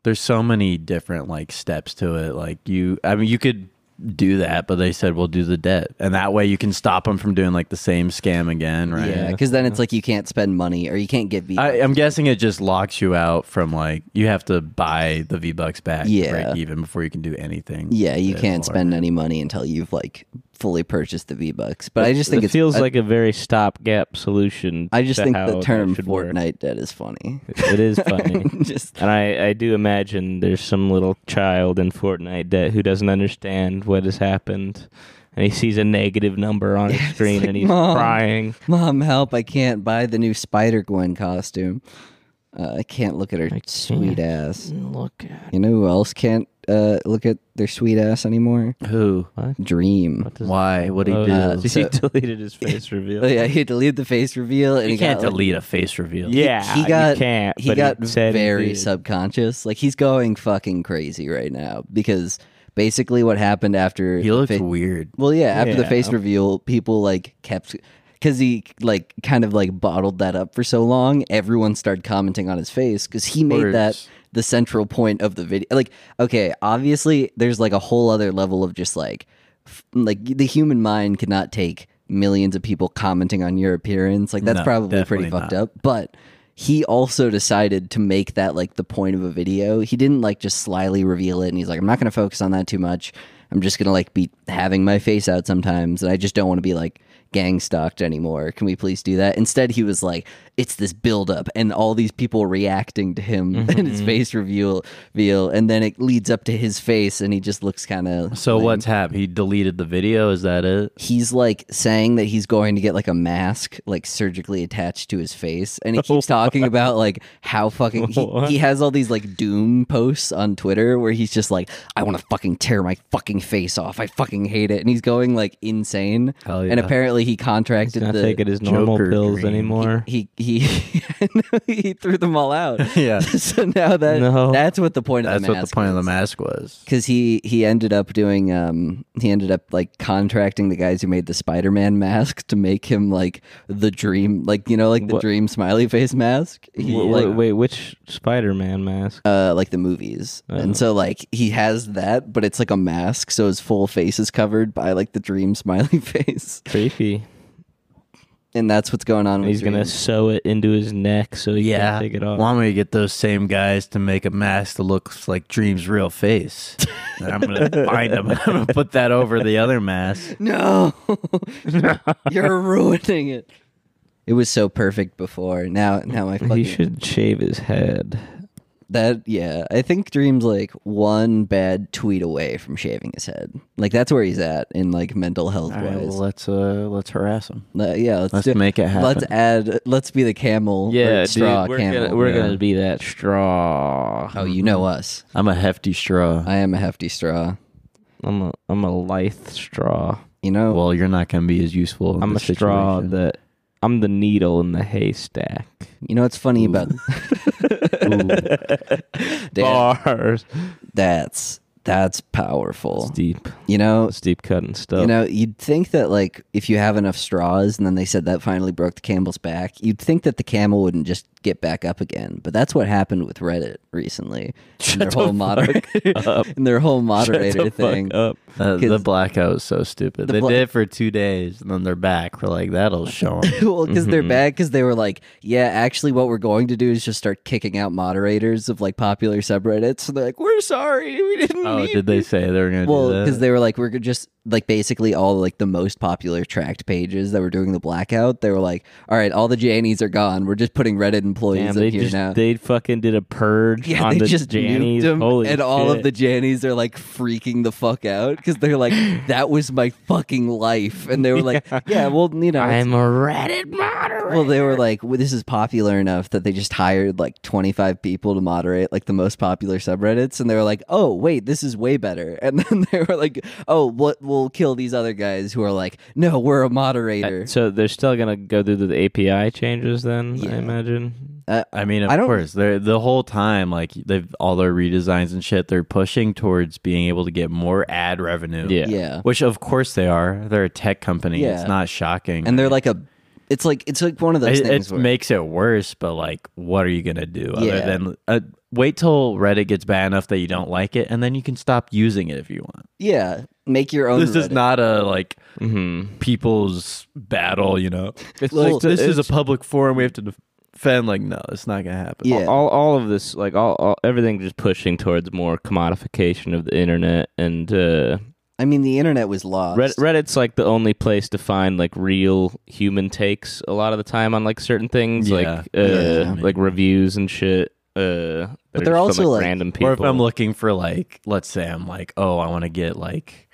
Speaker 1: There's so many different like steps to it. Like you, I mean, you could do that, but they said we'll do the debt, and that way you can stop them from doing like the same scam again, right?
Speaker 2: Yeah, because then it's like you can't spend money or you can't get V.
Speaker 1: I, I'm guessing it just locks you out from like you have to buy the V Bucks back, to
Speaker 2: Yeah.
Speaker 1: break even before you can do anything.
Speaker 2: yeah, you
Speaker 1: That's
Speaker 2: can't
Speaker 1: hard.
Speaker 2: spend any money until you've like fully purchased the V bucks. But I just think
Speaker 3: it
Speaker 2: it's
Speaker 3: feels
Speaker 2: I,
Speaker 3: like a very stopgap solution.
Speaker 2: I just
Speaker 3: to
Speaker 2: think
Speaker 3: how
Speaker 2: the
Speaker 3: that
Speaker 2: term
Speaker 3: should work.
Speaker 2: Fortnite debt is funny.
Speaker 3: It is funny.
Speaker 2: just
Speaker 3: And I, I do imagine there's some little child in Fortnite that who doesn't understand what has happened and he sees a negative number on his screen
Speaker 2: like,
Speaker 3: and he's
Speaker 2: "Mom."
Speaker 3: crying.
Speaker 2: Mom, help! I can't buy the new Spider Gwen costume. Uh, I can't look at her
Speaker 3: I
Speaker 2: sweet
Speaker 3: can't.
Speaker 2: ass.
Speaker 3: Look at
Speaker 2: You know who else can't uh, look at their sweet ass anymore?
Speaker 1: Who?
Speaker 2: Dream.
Speaker 3: what does
Speaker 1: Why? What'd he
Speaker 3: Oh,
Speaker 1: do?
Speaker 2: Uh,
Speaker 3: he
Speaker 2: so-
Speaker 3: deleted his face
Speaker 2: Oh,
Speaker 3: reveal.
Speaker 2: yeah, he deleted the face reveal, and
Speaker 1: you
Speaker 2: he
Speaker 1: can't
Speaker 2: got, like,
Speaker 1: delete a face reveal.
Speaker 3: Yeah,
Speaker 2: he got-
Speaker 3: you can't.
Speaker 2: he
Speaker 3: but
Speaker 2: got
Speaker 3: said he
Speaker 2: very
Speaker 3: did.
Speaker 2: subconscious. Like he's going fucking crazy right now because basically what happened after
Speaker 1: He
Speaker 2: the
Speaker 1: looked
Speaker 2: fa-
Speaker 1: weird.
Speaker 2: well, yeah, after the
Speaker 3: Yeah.
Speaker 2: face reveal, people like kept because he like kind of like bottled that up for so long. Everyone started commenting on his face because he made that
Speaker 4: Words.
Speaker 2: the central point of the video. Like, okay, obviously there's like a whole other level of just like f- like the human mind cannot take millions of people commenting on your appearance. Like that's
Speaker 1: No,
Speaker 2: probably pretty
Speaker 1: definitely
Speaker 2: fucked
Speaker 1: not.
Speaker 2: up. But he also decided to make that like the point of a video. He didn't like just slyly reveal it and he's like, I'm not gonna focus on that too much. I'm just gonna like be having my face out sometimes and I just don't wanna be like gang stalked anymore. Can we please do that? Instead he was like, It's this build up and all these people reacting to him and his face reveal reveal and then it leads up to his face and he just looks kinda
Speaker 1: So what's happened? He deleted the video. Is that it?
Speaker 2: he's like saying that he's going to get like a mask like surgically attached to his face and he keeps talking about like how fucking he, he has all these like doom posts on twitter where he's just like i want to fucking tear my fucking face off i fucking hate it and he's going like insane
Speaker 1: Hell
Speaker 2: and
Speaker 1: yeah.
Speaker 2: apparently he contracted
Speaker 3: not
Speaker 2: the
Speaker 3: taking his normal
Speaker 1: Joker
Speaker 3: pills
Speaker 1: dream.
Speaker 3: anymore.
Speaker 2: he he he threw them all out
Speaker 1: Yeah.
Speaker 2: so now that
Speaker 3: No.
Speaker 2: that's what the point of
Speaker 1: That's
Speaker 2: the
Speaker 1: what the
Speaker 2: mask
Speaker 1: point of the
Speaker 2: is
Speaker 1: mask was.
Speaker 2: because he he ended up doing um he ended up like contracting the guys who made the Spider-Man mask to make him like the dream like you know like the
Speaker 3: What?
Speaker 2: dream smiley face mask he,
Speaker 3: Wh- wh-
Speaker 2: like
Speaker 3: wait, which Spider-Man mask?
Speaker 2: uh like the movies
Speaker 3: Uh-huh.
Speaker 2: and so like he has that but it's like a mask so his full face is covered by like the dream smiley face
Speaker 3: Creepy.
Speaker 2: and that's what's going on
Speaker 3: And
Speaker 2: with
Speaker 3: he's gonna
Speaker 2: Dream.
Speaker 3: sew it into his neck so he can't take it off.
Speaker 1: Why don't we get those same guys to make a mask that looks like Dream's real face? and I'm gonna find him. I'm gonna put that over the other mask.
Speaker 2: No, you're ruining it. It was so perfect before. Now, now my fucking
Speaker 3: he should shave his head.
Speaker 2: That yeah, I think Dream's like one bad tweet away from shaving his head. Like that's where he's at in like mental health
Speaker 1: All right, well,
Speaker 2: wise.
Speaker 1: let's uh, let's harass him.
Speaker 2: Le- yeah, let's,
Speaker 1: Let's
Speaker 2: do-
Speaker 1: make it happen.
Speaker 2: Let's add. Let's be the camel. or straw
Speaker 3: we're,
Speaker 2: camel.
Speaker 3: gonna, we're
Speaker 1: yeah.
Speaker 3: gonna be that straw.
Speaker 2: oh, you
Speaker 1: Mm-hmm.
Speaker 2: know us.
Speaker 1: I'm a hefty straw.
Speaker 2: I am a hefty straw.
Speaker 3: I'm a I'm a lithe straw.
Speaker 2: You know.
Speaker 1: Well, you're not gonna be as useful. in
Speaker 3: I'm a
Speaker 1: this
Speaker 3: straw
Speaker 1: situation.
Speaker 3: that I'm the needle in the haystack.
Speaker 2: you know what's funny about Damn,
Speaker 3: Bars.
Speaker 2: that's that's powerful.
Speaker 3: It's deep.
Speaker 2: You know.
Speaker 3: It's deep cutting stuff.
Speaker 2: You know, you'd think that like if you have enough straws, and then they said that finally broke the camel's back. You'd think that the camel wouldn't just get back up again, but that's what happened with Reddit recently. and their whole moder- and their whole moderator
Speaker 3: the
Speaker 2: thing.
Speaker 3: fuck up.
Speaker 1: Uh, the
Speaker 2: 'Cause-
Speaker 1: blackout was so stupid.
Speaker 2: The
Speaker 1: they
Speaker 2: bla-
Speaker 1: did it for two days, and then they're back. We're like, that'll show 'em.
Speaker 2: well, because they're
Speaker 3: Mm-hmm.
Speaker 2: bad, because they were like, yeah, actually, what we're going to do is just start kicking out moderators of like popular subreddits. So they're like, we're sorry, we didn't.
Speaker 1: oh,
Speaker 2: mean
Speaker 1: did they say they were gonna
Speaker 2: Well,
Speaker 1: do that?
Speaker 2: because they were like, we're just like basically all like the most popular tracked pages that were doing the blackout. They were like, all right, all the Jannies are gone. We're just putting Reddit
Speaker 3: Damn,
Speaker 2: employees
Speaker 3: they
Speaker 2: up here
Speaker 3: just
Speaker 2: now.
Speaker 3: they fucking did a purge
Speaker 2: yeah,
Speaker 3: on
Speaker 2: they
Speaker 3: the
Speaker 2: just
Speaker 3: Jannies.
Speaker 2: nuked 'em,
Speaker 3: Holy
Speaker 2: and all of
Speaker 3: shit.
Speaker 2: the Jannies are like freaking the fuck out because they're like, that was my fucking life, and they were like, yeah, well, you know, it's-
Speaker 3: I'm a Reddit moderator.
Speaker 2: well, they were like, well, this is popular enough that they just hired like 25 people to moderate like the most popular subreddits. And they were like, oh, wait, this is way better. And then they were like, oh, what we'll kill these other guys who are like, no, we're a moderator.
Speaker 3: So they're still gonna go through the API changes then,
Speaker 2: Yeah.
Speaker 3: I imagine.
Speaker 1: I mean, of
Speaker 2: I don't-
Speaker 1: course, they're the whole time like they've all their redesigns and shit. They're pushing towards being able to get more ad revenue.
Speaker 3: Yeah.
Speaker 2: yeah.
Speaker 1: which of course they are. They're a tech company.
Speaker 2: Yeah.
Speaker 1: It's not shocking.
Speaker 2: And they're like a, it's like, it's like one of those
Speaker 1: it,
Speaker 2: things
Speaker 1: it
Speaker 2: where,
Speaker 1: makes it worse. But like, what are you gonna do other
Speaker 2: Yeah.
Speaker 1: than uh, wait till Reddit gets bad enough that you don't like it, and then you can stop using it if you want.
Speaker 2: yeah, make your own.
Speaker 1: This is
Speaker 2: Reddit.
Speaker 1: not a like
Speaker 3: hmm
Speaker 1: people's battle. You know,
Speaker 3: It's
Speaker 1: like
Speaker 3: like
Speaker 1: this is
Speaker 3: it's-
Speaker 1: a public forum. We have to defend. Like, no, it's not gonna happen.
Speaker 2: Yeah.
Speaker 3: all all of this like all, all everything just pushing towards more commodification of the internet and uh
Speaker 2: I mean, the internet was lost.
Speaker 3: Red, Reddit's like the only place to find like real human takes a lot of the time on like certain things like
Speaker 1: Yeah.
Speaker 3: uh
Speaker 2: Yeah.
Speaker 3: like reviews and shit
Speaker 2: But
Speaker 3: uh that are
Speaker 2: they're
Speaker 3: just
Speaker 2: also,
Speaker 3: from,
Speaker 2: like-
Speaker 3: random people
Speaker 1: Or if I'm looking for like, let's say I'm like, oh, I want to get like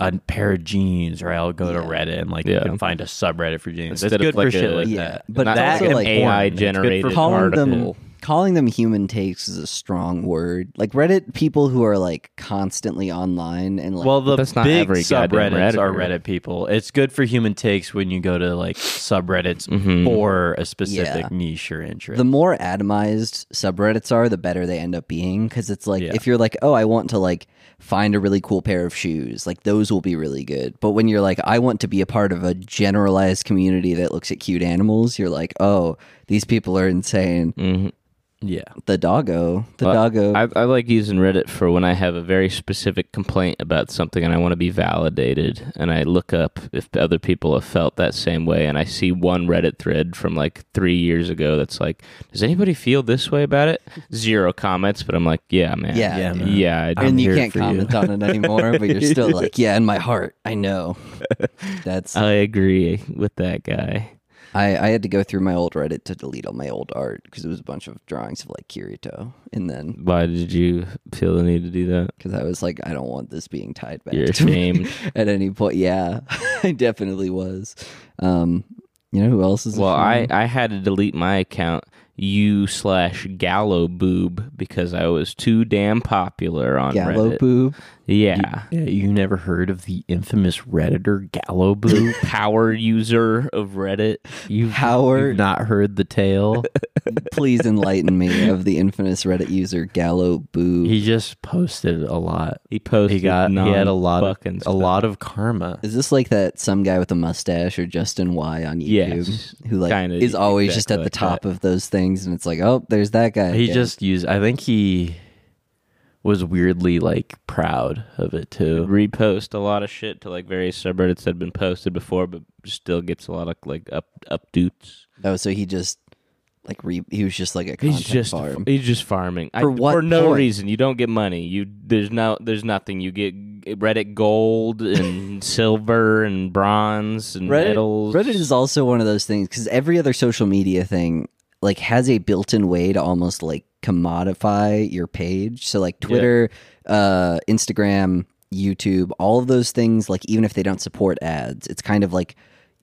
Speaker 1: a pair of jeans, or I'll go to
Speaker 2: Yeah.
Speaker 1: Reddit and like you
Speaker 3: Yeah.
Speaker 1: can find a subreddit for jeans.
Speaker 3: Instead
Speaker 1: it's good
Speaker 3: of,
Speaker 1: for
Speaker 3: like,
Speaker 1: shit
Speaker 3: a-
Speaker 1: like
Speaker 2: Yeah,
Speaker 1: that.
Speaker 2: but
Speaker 3: Not
Speaker 2: that's
Speaker 3: like an
Speaker 2: like
Speaker 3: AI
Speaker 1: porn. It's good for
Speaker 3: generated
Speaker 1: calling
Speaker 2: calling them
Speaker 3: article.
Speaker 2: calling them human takes is a strong word. Like Reddit people who are like constantly online and like
Speaker 1: Well, the
Speaker 3: that's not
Speaker 1: big
Speaker 3: every goddamn
Speaker 1: subreddits are
Speaker 3: Redditor.
Speaker 1: Reddit people. It's good for human takes when you go to like subreddits
Speaker 3: Mm-hmm.
Speaker 1: for a specific
Speaker 2: Yeah.
Speaker 1: niche or interest.
Speaker 2: the more atomized subreddits are, the better they end up being. Because it's like
Speaker 1: Yeah.
Speaker 2: if you're like, oh, I want to like find a really cool pair of shoes, like those will be really good. But when you're like, I want to be a part of a generalized community that looks at cute animals, you're like, oh, these people are insane.
Speaker 3: Mm-hmm.
Speaker 1: yeah,
Speaker 2: The doggo, the doggo.
Speaker 3: I, I like using Reddit for when I have a very specific complaint about something and I want to be validated. And I look up if other people have felt that same way. And I see one Reddit thread from like three years ago that's like, does anybody feel this way about it? Zero comments, but I'm like, yeah, man.
Speaker 2: Yeah,
Speaker 1: Yeah,
Speaker 3: Yeah,
Speaker 1: man.
Speaker 3: I do.
Speaker 2: and
Speaker 1: I'm
Speaker 2: you
Speaker 1: here
Speaker 2: can't
Speaker 1: for you.
Speaker 2: comment on it anymore, but you're still like, yeah, in my heart, I know. That's
Speaker 3: I agree with that guy.
Speaker 2: I, I had to go through my old Reddit to delete all my old art because it was a bunch of drawings of like Kirito, and then
Speaker 3: Why did you feel the need to do that?
Speaker 2: because I was like, I don't want this being tied back
Speaker 3: You're
Speaker 2: to me
Speaker 3: ashamed.
Speaker 2: at any point. Yeah, I definitely was. Um, you know who else is?
Speaker 3: well, I,
Speaker 2: ashamed?
Speaker 3: I had to delete my account u slash gallo boob because I was too damn popular on
Speaker 2: Gallo
Speaker 3: Reddit.
Speaker 2: boob.
Speaker 3: Yeah.
Speaker 1: yeah. You never heard of the infamous Redditor Gallo Boo?
Speaker 3: Power user of Reddit.
Speaker 1: You've,
Speaker 2: Howard.
Speaker 1: you've not heard the tale.
Speaker 2: Please enlighten me of the infamous Reddit user Gallo boob.
Speaker 1: he just posted a lot.
Speaker 3: He posted.
Speaker 1: He got he had a lot of,
Speaker 3: non-fucking
Speaker 1: a
Speaker 3: stuff.
Speaker 1: lot of karma.
Speaker 2: Is this like that some guy with a mustache or Justin Y on YouTube
Speaker 3: Yes,
Speaker 2: who like
Speaker 3: kinda
Speaker 2: is always just at
Speaker 3: exactly
Speaker 2: the
Speaker 3: like
Speaker 2: top
Speaker 3: that.
Speaker 2: of those things and it's like, oh, there's that guy.
Speaker 1: He
Speaker 2: again.
Speaker 1: just used. I think he was weirdly like proud of it too.
Speaker 3: repost a lot of shit to like various subreddits that had been posted before, but still gets a lot of like up updoots.
Speaker 2: oh, so he just like re- he was just like a content
Speaker 3: He's just
Speaker 2: farm.
Speaker 3: he's just farming I-
Speaker 2: For what
Speaker 3: for no
Speaker 2: point?
Speaker 3: reason. You don't get money. You there's no there's nothing. You get Reddit gold and silver and bronze and
Speaker 2: Reddit,
Speaker 3: medals.
Speaker 2: Reddit is also one of those things because every other social media thing like has a built-in way to almost like commodify your page. So like Twitter, uh, Instagram, YouTube, all of those things. Like even if they don't support ads, it's kind of like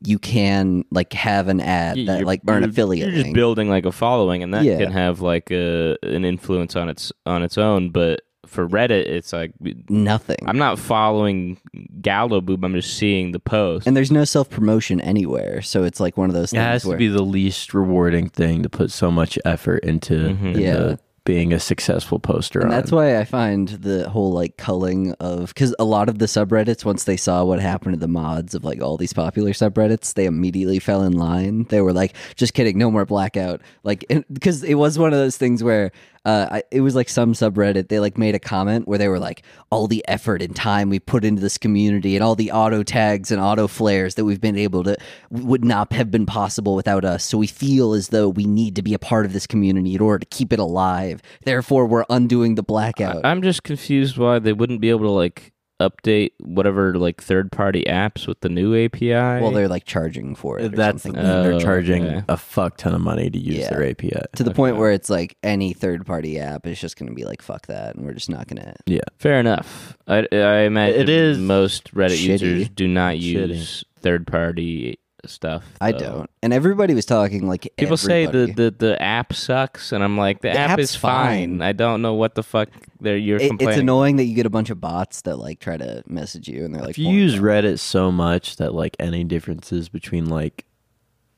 Speaker 2: you can like have an ad
Speaker 3: Yeah,
Speaker 2: that
Speaker 3: you're-
Speaker 2: like or an
Speaker 3: you're-
Speaker 2: affiliate.
Speaker 3: You're just
Speaker 2: link.
Speaker 3: building like a following, and that
Speaker 2: Yeah.
Speaker 3: can have like a an influence on its on its own. But for Reddit, it's like
Speaker 2: nothing.
Speaker 3: I'm not following Gallo Boob. I'm just seeing the post.
Speaker 2: and there's no self promotion anywhere, so it's like one of those
Speaker 1: It
Speaker 2: things
Speaker 1: has to
Speaker 2: where
Speaker 1: be the least rewarding thing to put so much effort into, into
Speaker 2: Yeah.
Speaker 1: being a successful poster.
Speaker 2: and
Speaker 1: on.
Speaker 2: that's why I find the whole like culling of because a lot of the subreddits once they saw what happened to the mods of like all these popular subreddits, they immediately fell in line. They were like, "Just kidding, no more blackout." Like because it was one of those things where uh, I, it was like some subreddit they like made a comment where they were like, "All the effort and time we put into this community and all the auto tags and auto flares that we've been able to would not have been possible without us. So we feel as though we need to be a part of this community in order to keep it alive. Therefore, we're undoing the blackout.
Speaker 3: I'm just confused why they wouldn't be able to like update whatever like third party apps with the new API.
Speaker 2: well, they're like charging for it. or
Speaker 1: That's the
Speaker 2: something.
Speaker 1: thing. They're
Speaker 3: Oh,
Speaker 1: charging
Speaker 3: okay.
Speaker 1: a fuck ton of money to use
Speaker 2: Yeah.
Speaker 1: their API.
Speaker 2: to the point where it's like any third party app is just going to be like fuck that, and we're just not going to.
Speaker 1: Yeah.
Speaker 3: fair enough. I, I imagine
Speaker 1: It is
Speaker 3: most Reddit
Speaker 2: shitty.
Speaker 3: users do not
Speaker 1: Shitty.
Speaker 3: use third party stuff.
Speaker 2: I
Speaker 3: though.
Speaker 2: don't. And everybody was talking like
Speaker 3: People
Speaker 2: everybody.
Speaker 3: say the, the, the app sucks, and I'm like, the,
Speaker 2: The
Speaker 3: app
Speaker 2: app's
Speaker 3: is fine.
Speaker 2: fine.
Speaker 3: I don't know what the fuck they're you're
Speaker 2: It- it's
Speaker 3: complaining.
Speaker 2: annoying that you get a bunch of bots that like try to message you and they're like
Speaker 1: If you
Speaker 2: "Porn."
Speaker 1: use Reddit so much that like any differences between like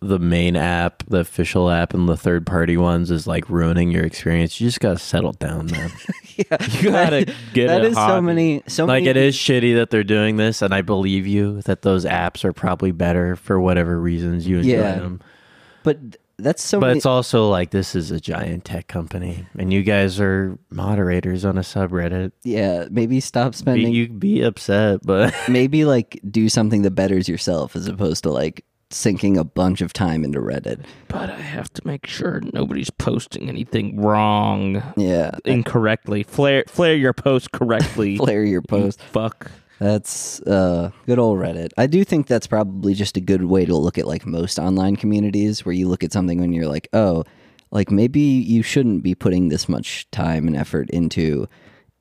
Speaker 1: the main app, the official app, and the third party ones is like ruining your experience. You just gotta settle down, man.
Speaker 3: You gotta get
Speaker 2: that
Speaker 3: a
Speaker 2: is so
Speaker 3: hobby.
Speaker 2: many so
Speaker 1: like
Speaker 2: many
Speaker 1: it is shitty that they're doing this, and I believe you that those apps are probably better for whatever reasons you enjoy
Speaker 2: Yeah.
Speaker 1: them.
Speaker 2: but th- that's so
Speaker 1: But
Speaker 2: many,
Speaker 1: it's also like this is a giant tech company, and you guys are moderators on a subreddit.
Speaker 2: yeah maybe stop
Speaker 1: Be,
Speaker 2: spending
Speaker 1: you be upset, but
Speaker 2: maybe like do something that betters yourself as opposed to like sinking a bunch of time into reddit
Speaker 3: But I have to make sure nobody's posting anything wrong,
Speaker 2: yeah
Speaker 3: incorrectly. Flare flare your post correctly.
Speaker 2: flare your post
Speaker 3: Fuck.
Speaker 2: that's uh good old reddit i do think that's probably just a good way to look at like most online communities where you look at something and you're like oh like maybe you shouldn't be putting this much time and effort into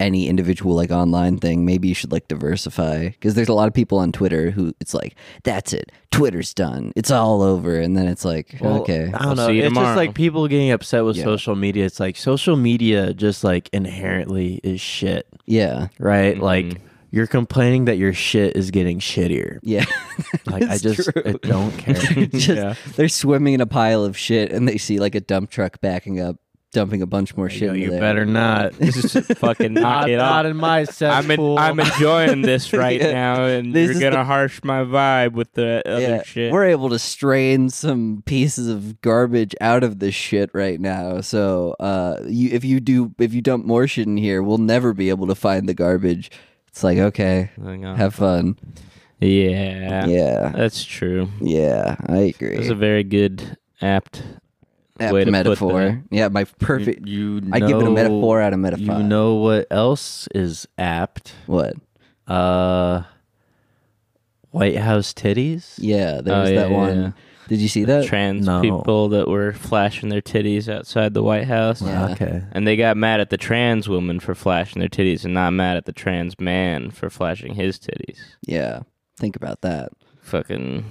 Speaker 2: any individual like online thing, maybe you should like diversify because there's a lot of people on Twitter who it's like, that's it, Twitter's done, it's all over, and then it's like,
Speaker 1: Well, uh,
Speaker 2: okay,
Speaker 1: I
Speaker 3: I'll
Speaker 1: don't know.
Speaker 3: see you
Speaker 1: It's
Speaker 3: tomorrow.
Speaker 1: just like people getting upset with
Speaker 2: Yeah.
Speaker 1: social media. It's like social media just like inherently is shit,
Speaker 2: yeah,
Speaker 1: right?
Speaker 3: Mhm.
Speaker 1: Like you're complaining that your shit is getting shittier.
Speaker 2: yeah,
Speaker 1: Like I
Speaker 2: It's
Speaker 1: just
Speaker 2: true.
Speaker 1: I don't care.
Speaker 2: Just- they're swimming in a pile of shit and they see like a dump truck backing up, dumping a bunch more shit.
Speaker 1: You, know,
Speaker 2: into
Speaker 1: you
Speaker 2: there.
Speaker 1: better not.
Speaker 3: Just fucking knock
Speaker 1: not,
Speaker 3: it
Speaker 1: not
Speaker 3: off.
Speaker 1: in my
Speaker 3: I'm en-
Speaker 1: cesspool.
Speaker 3: I'm enjoying this right
Speaker 2: Yeah.
Speaker 3: now, and
Speaker 2: This
Speaker 3: you're
Speaker 2: is
Speaker 3: gonna
Speaker 2: the-
Speaker 3: harsh my vibe with the other shit.
Speaker 2: We're able to strain some pieces of garbage out of this shit right now. So uh, you, if you do, if you dump more shit in here, we'll never be able to find the garbage. It's like okay,
Speaker 3: Hang on.
Speaker 2: have fun.
Speaker 3: Uh, yeah,
Speaker 2: Yeah,
Speaker 3: that's true.
Speaker 2: yeah, I
Speaker 3: That's
Speaker 2: agree.
Speaker 3: a very good, apt.
Speaker 2: Apt
Speaker 3: way to put that.
Speaker 2: metaphor. Yeah, my perfect.
Speaker 1: You,
Speaker 2: I give it a
Speaker 1: know-
Speaker 2: metaphor out of metaphor.
Speaker 1: You know what else is apt?
Speaker 2: what?
Speaker 1: Uh, White House titties.
Speaker 2: Yeah, there
Speaker 3: Oh,
Speaker 2: was
Speaker 3: yeah,
Speaker 2: that
Speaker 3: yeah,
Speaker 2: one.
Speaker 3: yeah.
Speaker 2: Did you see that?
Speaker 3: Trans
Speaker 1: Uh, no.
Speaker 3: people that were flashing their titties outside the White House.
Speaker 2: Yeah.
Speaker 1: Okay.
Speaker 3: And they got mad at the trans woman for flashing their titties and not mad at the trans man for flashing his titties.
Speaker 2: yeah, think about that.
Speaker 3: Fucking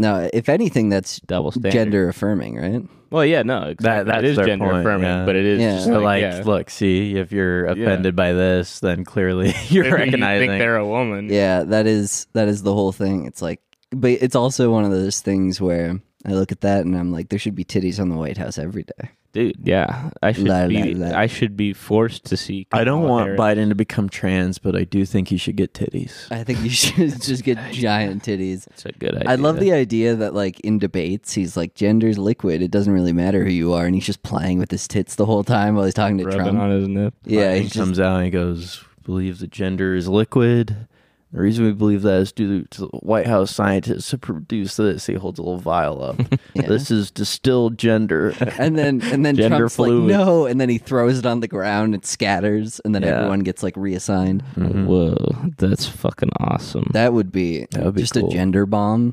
Speaker 2: Now, if anything, that's
Speaker 3: double standard.
Speaker 2: gender affirming, right?
Speaker 3: Well, yeah, no, exactly.
Speaker 1: that's
Speaker 3: it is
Speaker 1: their
Speaker 3: gender
Speaker 1: point,
Speaker 3: affirming,
Speaker 1: yeah.
Speaker 3: but it is
Speaker 2: Yeah.
Speaker 3: just
Speaker 1: So,
Speaker 3: like,
Speaker 1: like,
Speaker 3: yeah.
Speaker 1: look, see, if you're
Speaker 3: Yeah.
Speaker 1: offended by this, then clearly you're
Speaker 3: Maybe
Speaker 1: recognizing.
Speaker 3: You think they're a woman.
Speaker 2: Yeah, that is that is the whole thing. It's like, but it's also one of those things where I look at that and I'm like, there should be titties on the White House every day.
Speaker 3: Dude, yeah. I should
Speaker 2: La, la,
Speaker 3: be
Speaker 2: la.
Speaker 3: I should be forced to see
Speaker 1: I don't
Speaker 3: Kamala
Speaker 1: want
Speaker 3: Harris.
Speaker 1: Biden to become trans, but I do think he should get titties.
Speaker 2: I think you should just get giant titties.
Speaker 3: It's a good idea.
Speaker 2: I love the idea that like in debates he's like gender's liquid. It doesn't really matter who you are, and he's just playing with his tits the whole time while he's talking to
Speaker 3: rubbing
Speaker 2: Trump.
Speaker 3: on his nip.
Speaker 2: yeah,
Speaker 1: he
Speaker 2: he's just,
Speaker 1: comes out and he goes, "Believes that gender is liquid." The reason we believe that is due to the White House scientists who produced this. He holds a little vial up.
Speaker 2: Yeah.
Speaker 1: This is distilled gender.
Speaker 2: and then and then
Speaker 1: Gender
Speaker 2: Trump's
Speaker 1: fluid.
Speaker 2: like no, and then he throws it on the ground. It scatters, and then
Speaker 1: Yeah.
Speaker 2: everyone gets like reassigned.
Speaker 3: Whoa, that's fucking awesome.
Speaker 2: That would be,
Speaker 1: That would be
Speaker 2: just
Speaker 1: cool.
Speaker 2: a gender bomb.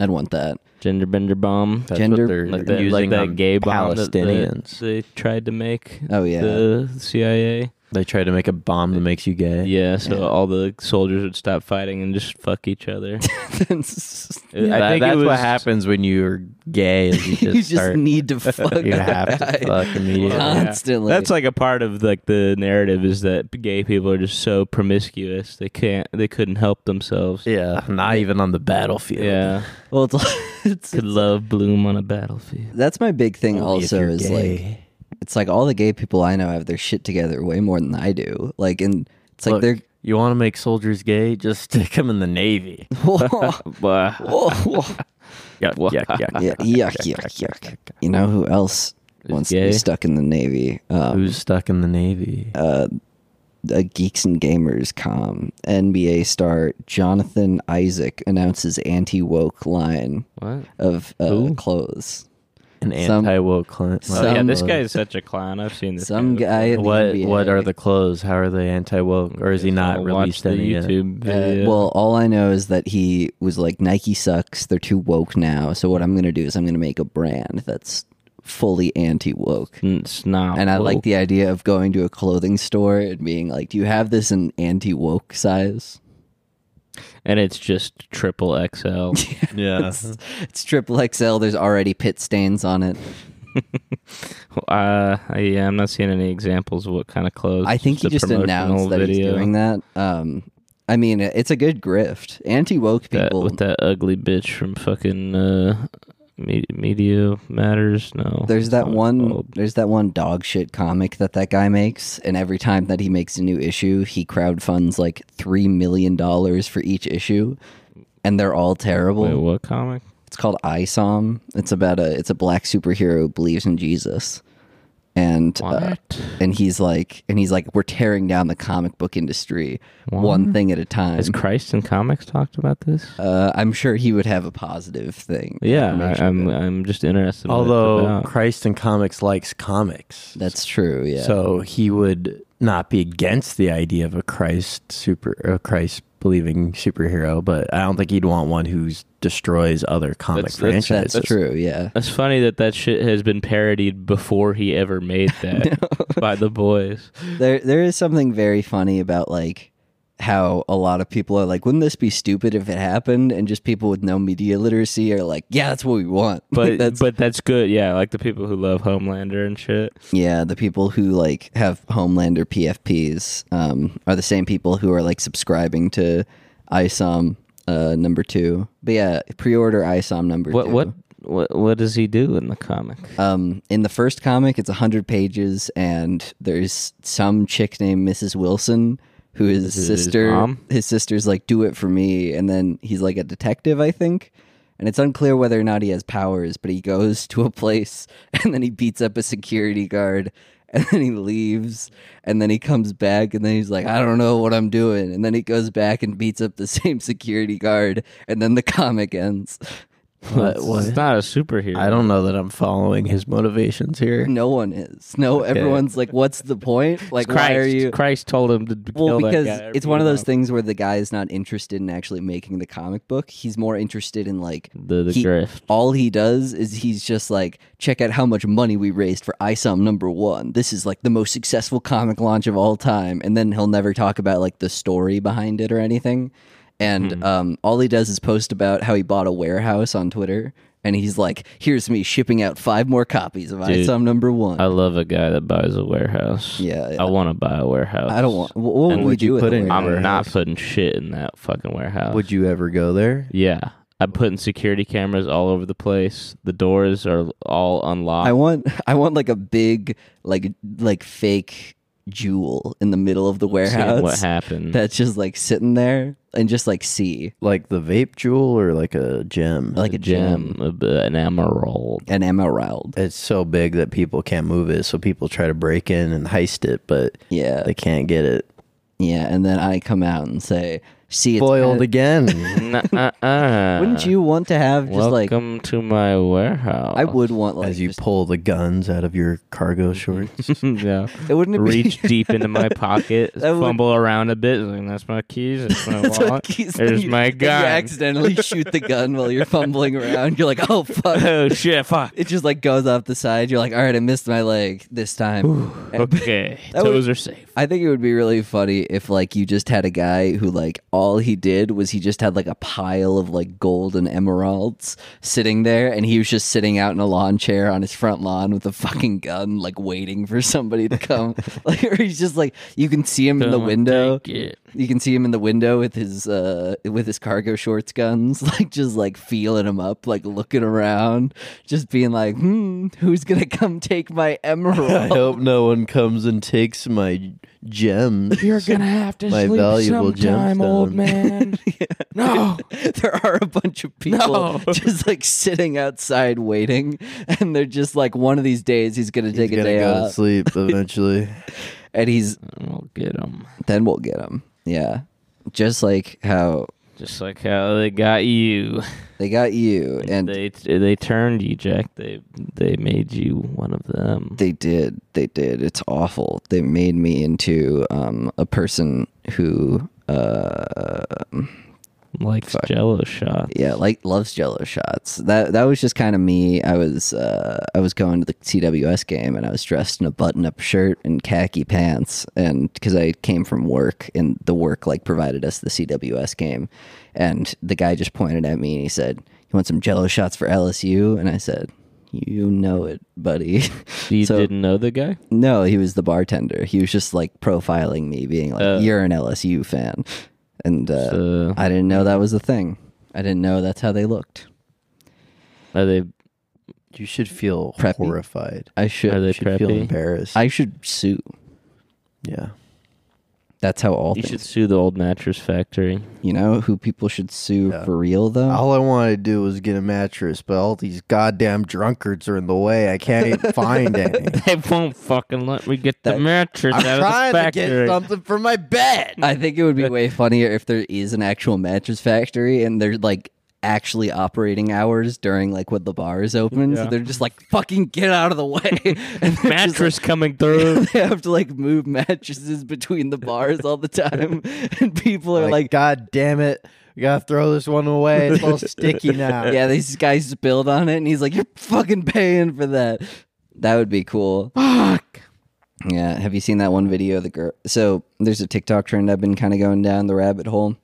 Speaker 2: I'd want that.
Speaker 3: Gender bender bomb.
Speaker 1: That's
Speaker 2: Gender-
Speaker 1: what they're
Speaker 3: like that,
Speaker 1: using
Speaker 3: like that
Speaker 1: on
Speaker 3: gay bomb that they,
Speaker 1: Palestinians.
Speaker 3: they tried to make
Speaker 2: Oh yeah.
Speaker 3: the CIA.
Speaker 1: They try to make a bomb that makes you gay.
Speaker 3: Yeah, so
Speaker 2: Yeah.
Speaker 3: all the soldiers would stop fighting and just fuck each other. I
Speaker 1: That-
Speaker 3: think it
Speaker 1: that's what
Speaker 3: was-
Speaker 1: happens when you're gay. Is you
Speaker 2: you
Speaker 1: just,
Speaker 2: just
Speaker 1: start,
Speaker 2: need to fuck
Speaker 1: you have to fuck immediately.
Speaker 3: Yeah.
Speaker 2: constantly.
Speaker 3: That's like a part of like the narrative is that gay people are just so promiscuous they can't they couldn't help themselves.
Speaker 1: Yeah, not even on the battlefield.
Speaker 3: Yeah,
Speaker 2: well, it's, like- it's,
Speaker 3: could love bloom on a battlefield.
Speaker 2: that's my big thing.
Speaker 1: Only if
Speaker 2: also,
Speaker 1: you're
Speaker 2: is like
Speaker 1: gay.
Speaker 2: it's like all the gay people I know have their shit together way more than I do. Like, and it's like
Speaker 1: Look,
Speaker 2: they're
Speaker 1: you want to make soldiers gay? Just stick them in the navy. Yuck,
Speaker 3: Wha-
Speaker 1: yuck, yuck.
Speaker 2: yeah, yuck, yuck, yuck. You know who else wants to
Speaker 3: gay?
Speaker 2: be stuck in the navy? Um, uh,
Speaker 1: Who's stuck in the navy?
Speaker 2: a Geeks and Gamers com NBA star Jonathan Isaac announces anti woke line
Speaker 3: What?
Speaker 2: of uh,
Speaker 3: Who?
Speaker 2: clothes.
Speaker 1: An
Speaker 2: some-
Speaker 1: anti-woke clan.
Speaker 3: Oh,
Speaker 2: Some-
Speaker 3: yeah, this
Speaker 1: uh,
Speaker 3: guy is such a clown. I've seen this.
Speaker 2: Some
Speaker 3: guy.
Speaker 2: guy. At the
Speaker 1: What
Speaker 2: NBA,
Speaker 1: what are the clothes? How are they anti-woke? Or is he not
Speaker 3: watch
Speaker 1: released
Speaker 3: the
Speaker 1: any yet?
Speaker 3: YouTube
Speaker 2: Uh,
Speaker 3: video.
Speaker 2: well, all I know is that he was like, Nike sucks. They're too woke now. So, what I'm going to do is I'm going to make a brand that's fully anti woke.
Speaker 3: Mm, snob.
Speaker 2: And I like
Speaker 3: Whoa.
Speaker 2: the idea of going to a clothing store and being like, Do you have this in anti woke size?
Speaker 3: and it's just triple XL.
Speaker 1: Yeah.
Speaker 2: It's, it's triple XL. There's already pit stains on it.
Speaker 3: uh, yeah, I'm not seeing any examples of what kind of clothes.
Speaker 2: I think he
Speaker 3: the
Speaker 2: just announced
Speaker 3: promotional
Speaker 2: that he's
Speaker 3: video.
Speaker 2: doing that. Um, I mean, it's a good grift. Anti woke
Speaker 3: That-
Speaker 2: people,
Speaker 3: with that ugly bitch from fucking uh, Me- Media Matters. No,
Speaker 2: There's
Speaker 3: that's
Speaker 2: that
Speaker 3: not what it's
Speaker 2: one.
Speaker 3: called.
Speaker 2: There's that one dog shit comic that that guy makes, and every time that he makes a new issue, he crowdfunds like three million dollars for each issue, and they're all terrible.
Speaker 3: Wait, what comic?
Speaker 2: It's called ISOM. It's about a it's a black superhero who believes in Jesus, and uh,
Speaker 3: What?
Speaker 2: and he's like and he's like we're tearing down the comic book industry one thing at a time.
Speaker 3: Has Christ in comics talked about this?
Speaker 2: Uh, I'm sure he would have a positive thing.
Speaker 3: yeah,
Speaker 2: affirmation
Speaker 3: I, I'm.
Speaker 2: of it.
Speaker 3: I'm just interested. in what it's
Speaker 1: Although
Speaker 3: about.
Speaker 1: Christ in comics likes comics.
Speaker 2: That's true. Yeah.
Speaker 1: So he would not be against the idea of a Christ super a Christ believing superhero, but I don't think he'd want one who destroys other comic
Speaker 3: That's- that's-
Speaker 1: franchises.
Speaker 2: That's true. Yeah.
Speaker 3: It's funny that that shit has been parodied before he ever made that by the boys.
Speaker 2: there there is something very funny about like how a lot of people are like, wouldn't this be stupid if it happened? And just people with no media literacy are like, yeah, that's what we want.
Speaker 3: But
Speaker 2: that's
Speaker 3: but that's good. Yeah, like the people who love Homelander and shit.
Speaker 2: yeah, the people who like have Homelander PFPs um, are the same people who are like subscribing to ISOM uh, number two. But yeah, pre-order ISOM number
Speaker 3: What
Speaker 2: two.
Speaker 3: what what what does he do in the comic?
Speaker 2: Um, in the first comic, it's 100 pages, and there's some chick named Mrs. Wilson who his
Speaker 3: Is it his
Speaker 2: sister,
Speaker 3: mom?
Speaker 2: his sister's like, do it for me. And then he's like a detective, I think. And it's unclear whether or not he has powers, but he goes to a place and then he beats up a security guard and then he leaves and then he comes back and then he's like, I don't know what I'm doing. And then he goes back and beats up the same security guard and then the comic ends.
Speaker 1: But what-
Speaker 3: It's not a superhero.
Speaker 1: I don't know that I'm following his motivations here.
Speaker 2: No one is. No, everyone's like, "What's the point? Like,
Speaker 3: Christ,
Speaker 2: why are you?"
Speaker 3: Christ told him to kill
Speaker 2: Well,
Speaker 3: that
Speaker 2: because
Speaker 3: guy or
Speaker 2: it's one of
Speaker 3: beat him
Speaker 2: those
Speaker 3: up.
Speaker 2: things where the guy is not interested in actually making the comic book. He's more interested in like
Speaker 3: The the
Speaker 2: he-
Speaker 3: grift.
Speaker 2: all he does is he's just like, check out how much money we raised for ISOM number one. This is like the most successful comic launch of all time. And then he'll never talk about like the story behind it or anything. And
Speaker 3: Hmm.
Speaker 2: um, all he does is post about how he bought a warehouse on Twitter. And he's like, here's me shipping out five more copies of
Speaker 3: Dude,
Speaker 2: ISOM number one.
Speaker 3: I love a guy that buys a warehouse.
Speaker 2: Yeah, yeah.
Speaker 3: I want to buy a warehouse.
Speaker 2: I don't want. wh- What would
Speaker 1: And
Speaker 2: we
Speaker 1: would you
Speaker 2: do with
Speaker 1: put
Speaker 2: it?
Speaker 1: in
Speaker 3: I'm
Speaker 1: warehouse.
Speaker 3: not putting shit in that fucking warehouse.
Speaker 1: Would you ever go there?
Speaker 3: Yeah, I'm putting security cameras all over the place. The doors are all unlocked.
Speaker 2: I want. I want like a big, like like fake jewel in the middle of the
Speaker 3: Seeing
Speaker 2: warehouse.
Speaker 3: what happened?
Speaker 2: That's just like sitting there and just like see
Speaker 1: Like the vape jewel or like a gem?
Speaker 2: like a gem,
Speaker 3: gem, a- an emerald.
Speaker 2: an emerald.
Speaker 1: it's so big that people can't move it, so people try to break in and heist it, but
Speaker 2: Yeah,
Speaker 1: they can't get it.
Speaker 2: yeah. And then I come out and say, "See, it's
Speaker 1: Foiled
Speaker 2: kinda-
Speaker 1: again.
Speaker 3: uh, Nuh-uh-uh.
Speaker 2: Wouldn't you want to have just like?
Speaker 3: Welcome to my warehouse.
Speaker 2: I would want like.
Speaker 1: as you
Speaker 2: just-
Speaker 1: pull the guns out of your cargo shorts.
Speaker 3: yeah.
Speaker 2: it wouldn't it be
Speaker 3: Reach deep into my pocket,
Speaker 2: would-
Speaker 3: fumble around a bit. Like, that's my keys. That's my
Speaker 2: That's what
Speaker 3: wallet.
Speaker 2: keys- then
Speaker 3: There's
Speaker 2: you-
Speaker 3: my
Speaker 2: then You
Speaker 3: gun.
Speaker 2: accidentally shoot the gun while you're fumbling around. You're like, oh fuck.
Speaker 3: oh shit! Fuck.
Speaker 2: it just like goes off the side. You're like, all right, I missed my leg this time. And-
Speaker 3: Okay,
Speaker 2: That
Speaker 3: toes
Speaker 2: would-
Speaker 3: are safe.
Speaker 2: I think it would be really funny if like you just had a guy who like all he did was he just had like a pile of like gold and emeralds sitting there and he was just sitting out in a lawn chair on his front lawn with a fucking gun like waiting for somebody to come like or he's just like you can see him in the
Speaker 3: Someone
Speaker 2: window
Speaker 3: take it.
Speaker 2: you can see him in the window with his uh with his cargo shorts guns like just like feeling him up like looking around just being like hmm who's gonna come take my
Speaker 1: I
Speaker 2: emerald
Speaker 1: hope no one comes and takes my gems.
Speaker 3: You're gonna have to
Speaker 1: My
Speaker 3: sleep
Speaker 1: valuable
Speaker 3: sometime, old
Speaker 1: gemstone.
Speaker 3: man. no.
Speaker 2: there are a bunch of people
Speaker 3: No.
Speaker 2: just like sitting outside waiting and they're just like one of these days he's gonna take
Speaker 1: He's
Speaker 2: a
Speaker 1: gonna
Speaker 2: day
Speaker 1: go to
Speaker 2: off
Speaker 1: sleep eventually.
Speaker 2: and he's
Speaker 3: We'll get him.
Speaker 2: then we'll get him yeah just like how
Speaker 3: Just like how they got you.
Speaker 2: they got you and
Speaker 3: they they turned you, Jack. They they made you one of them.
Speaker 2: They did. They did. It's awful. They made me into um, a person who, uh,
Speaker 3: Like Jello shot.
Speaker 2: yeah, like loves Jello shots. That that was just kind of me. I was uh, I was going to the CWS game and I was dressed in a button-up shirt and khaki pants, and because I came from work and the work like provided us the CWS game, and the guy just pointed at me and he said, "You want some Jello shots for LSU?" And I said. You know it, buddy.
Speaker 3: You
Speaker 2: So-
Speaker 3: didn't know the guy?
Speaker 2: No, he was the bartender. He was just like profiling me, being like,
Speaker 3: Oh.
Speaker 2: "You're an LSU fan," and uh,
Speaker 3: So-
Speaker 2: I didn't know that was a thing. I didn't know that's how they looked.
Speaker 3: Are they
Speaker 1: You should feel
Speaker 2: Preppy.
Speaker 1: horrified.
Speaker 2: I
Speaker 3: are
Speaker 2: should.
Speaker 3: they
Speaker 1: You should feel
Speaker 3: preppy?
Speaker 1: embarrassed.
Speaker 2: I should sue.
Speaker 1: yeah.
Speaker 2: That's how all
Speaker 3: You should
Speaker 2: things.
Speaker 3: sue the old mattress factory.
Speaker 2: You know who people should sue
Speaker 1: Yeah.
Speaker 2: for real though.
Speaker 1: All I wanted to do was get a mattress, but all these goddamn drunkards are in the way. I can't even find any.
Speaker 3: They won't fucking let me get the
Speaker 2: That-
Speaker 3: mattress
Speaker 1: I'm
Speaker 3: out of
Speaker 1: trying
Speaker 3: the
Speaker 1: to get
Speaker 3: factory.
Speaker 1: something for my bed.
Speaker 2: I think it would be way funnier if there is an actual mattress factory and they're like actually operating hours during like when the bar is open. So
Speaker 3: Yeah.
Speaker 2: they're just like, fucking get out of the way. and they're just,
Speaker 3: mattress coming through.
Speaker 2: like, they have to like move mattresses between the bars all the time. and people are
Speaker 1: Like,
Speaker 2: like,
Speaker 1: God damn it, we gotta throw this one away. It's all sticky now.
Speaker 2: yeah, these guys spilled on it. And he's like, you're fucking paying for that. That would be cool.
Speaker 3: Fuck.
Speaker 2: Yeah. Have you seen that one video? of The girl. So there's a TikTok trend I've been kind of going down the rabbit hole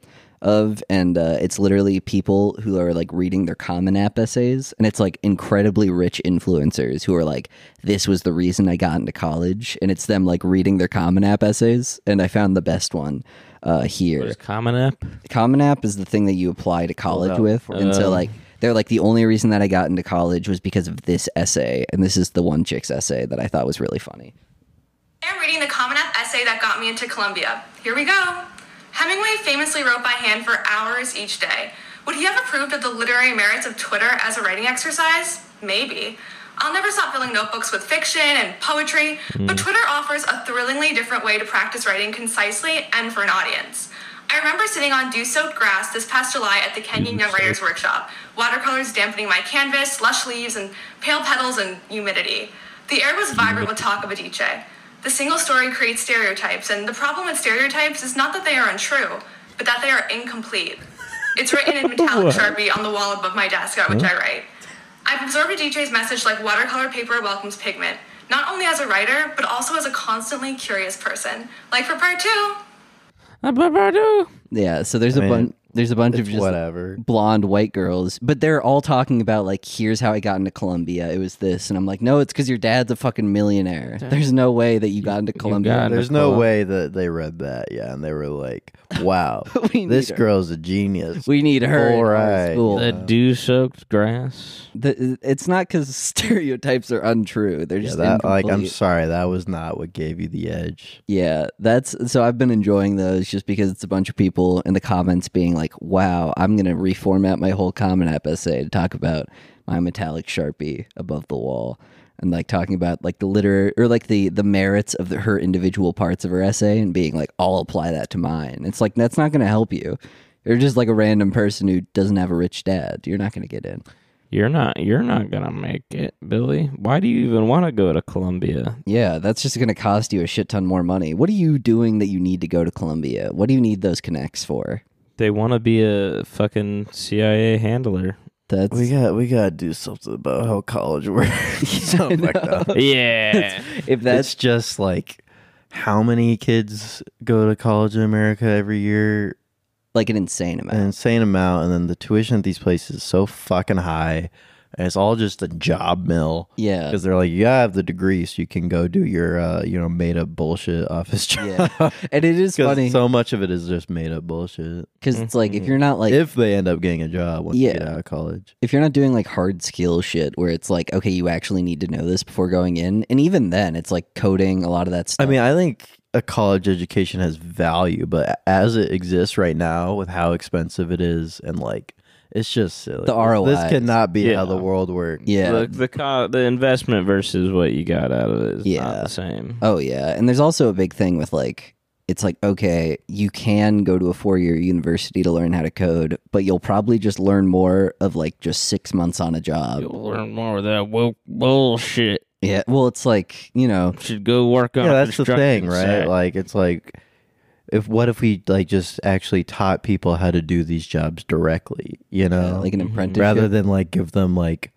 Speaker 2: of, and uh, it's literally people who are like reading their Common App essays, and it's like incredibly rich influencers who are like, "This was the reason I got into college," and it's them like reading their Common App essays. And I found the best one uh, here.
Speaker 3: There's common up.
Speaker 2: Common App is the thing that you apply to college with. And
Speaker 1: Uh-huh.
Speaker 2: so, like, they're like, the only reason that I got into college was because of this essay. And this is the one chick's essay that I thought was really funny.
Speaker 5: I'm reading the Common App essay that got me into Columbia. Here we go. Hemingway famously wrote by hand for hours each day. Would he have approved of the literary merits of Twitter as a writing exercise? Maybe. I'll never stop filling notebooks with fiction and poetry, but Twitter offers a thrillingly different way to practice writing concisely and for an audience. I remember sitting on dew soaked grass this past July at the Kenyon Young Writers Workshop, watercolors dampening my canvas, lush leaves, and pale petals and humidity. The air was vibrant with talk of Adichie. The single story creates stereotypes, and the problem with stereotypes is not that they are untrue, but that they are incomplete. It's written in metallic sharpie on the wall above my desk at which I write. I've absorbed Adichie's message like watercolor paper welcomes pigment, not only as a writer, but also as a constantly curious person. Like for part two,
Speaker 3: Uh,
Speaker 2: Yeah, so there's a
Speaker 1: mean,
Speaker 2: bunch. There's a bunch of
Speaker 1: it's
Speaker 2: just
Speaker 1: whatever.
Speaker 2: blonde white girls, but they're all talking about like, here's how I got into Columbia. It was this, and I'm like, no, it's because your dad's a fucking millionaire. There's no way that you got into Columbia.
Speaker 3: got
Speaker 1: There's no way that they read that, yeah, and they were like, "Wow,
Speaker 2: We need
Speaker 1: this
Speaker 2: her.
Speaker 1: girl's a genius."
Speaker 2: We need her. in
Speaker 1: All
Speaker 2: our
Speaker 1: right.
Speaker 2: school.
Speaker 3: The dew soaked grass.
Speaker 2: The- it's not because stereotypes are untrue. They're
Speaker 1: yeah,
Speaker 2: just
Speaker 1: that like I'm
Speaker 2: incomplete.
Speaker 1: sorry, that was not what gave you the edge.
Speaker 2: Yeah, that's so I've been enjoying those just because it's a bunch of people in the comments being like, "Wow, I'm going to reformat my whole Common App essay to talk about my metallic Sharpie above the wall." And like talking about like the literary or like the the merits of the, her individual parts of her essay and being like, "I'll apply that to mine." It's like that's not going to help you. You're just like a random person who doesn't have a rich dad. You're not going to get in.
Speaker 3: You're not you're not gonna make it, Billy. Why do you even want to go to Columbia?
Speaker 2: Yeah, that's just going to cost you a shit ton more money. What are you doing that you need to go to Columbia? What do you need those connects for?
Speaker 3: They want to be a fucking CIA handler.
Speaker 2: That's
Speaker 1: We got we gotta do something about how college works. Something like that.
Speaker 3: Yeah.
Speaker 2: if
Speaker 1: it's
Speaker 2: that's
Speaker 1: just like how many kids go to college in America every year?
Speaker 2: like an insane
Speaker 1: An
Speaker 2: amount.
Speaker 1: insane amount, and then the tuition at these places is so fucking high, and it's all just a job mill.
Speaker 2: Yeah.
Speaker 1: Because they're like, you gotta have the degree so you can go do your, uh, you know, made up bullshit office job.
Speaker 2: Yeah. And it is funny
Speaker 1: Because so much of it is just made up bullshit.
Speaker 2: because it's like if you're not like if,
Speaker 1: if they end up getting a job once
Speaker 2: Yeah.
Speaker 1: you get out of college,
Speaker 2: you're not doing like hard skill shit where it's like okay you actually need to know this before going in and even then it's like coding a lot of that
Speaker 1: I
Speaker 2: stuff.
Speaker 1: mean, I think a college education has value, but as it exists right now, with how expensive it is, and like, it's just silly.
Speaker 2: The ROI
Speaker 1: This cannot be how the
Speaker 3: Yeah.
Speaker 1: world works.
Speaker 2: yeah.
Speaker 3: The the, co- the investment versus what you got out of it is
Speaker 2: Yeah.
Speaker 3: not the same.
Speaker 2: Oh yeah, and there's also a big thing with like it's like okay, you can go to a four-year university to learn how to code, but you'll probably just learn more of like just 6 months on a job.
Speaker 3: You'll learn more of that woke bullshit.
Speaker 2: Yeah. Well, it's like, you know,
Speaker 3: Should go work on.
Speaker 1: yeah, that's the thing,
Speaker 3: construction
Speaker 1: right?
Speaker 3: site.
Speaker 1: Like, it's like, if what if we like just actually taught people how to do these jobs directly? You know,
Speaker 2: like an apprenticeship.
Speaker 1: mm-hmm. rather than like give them like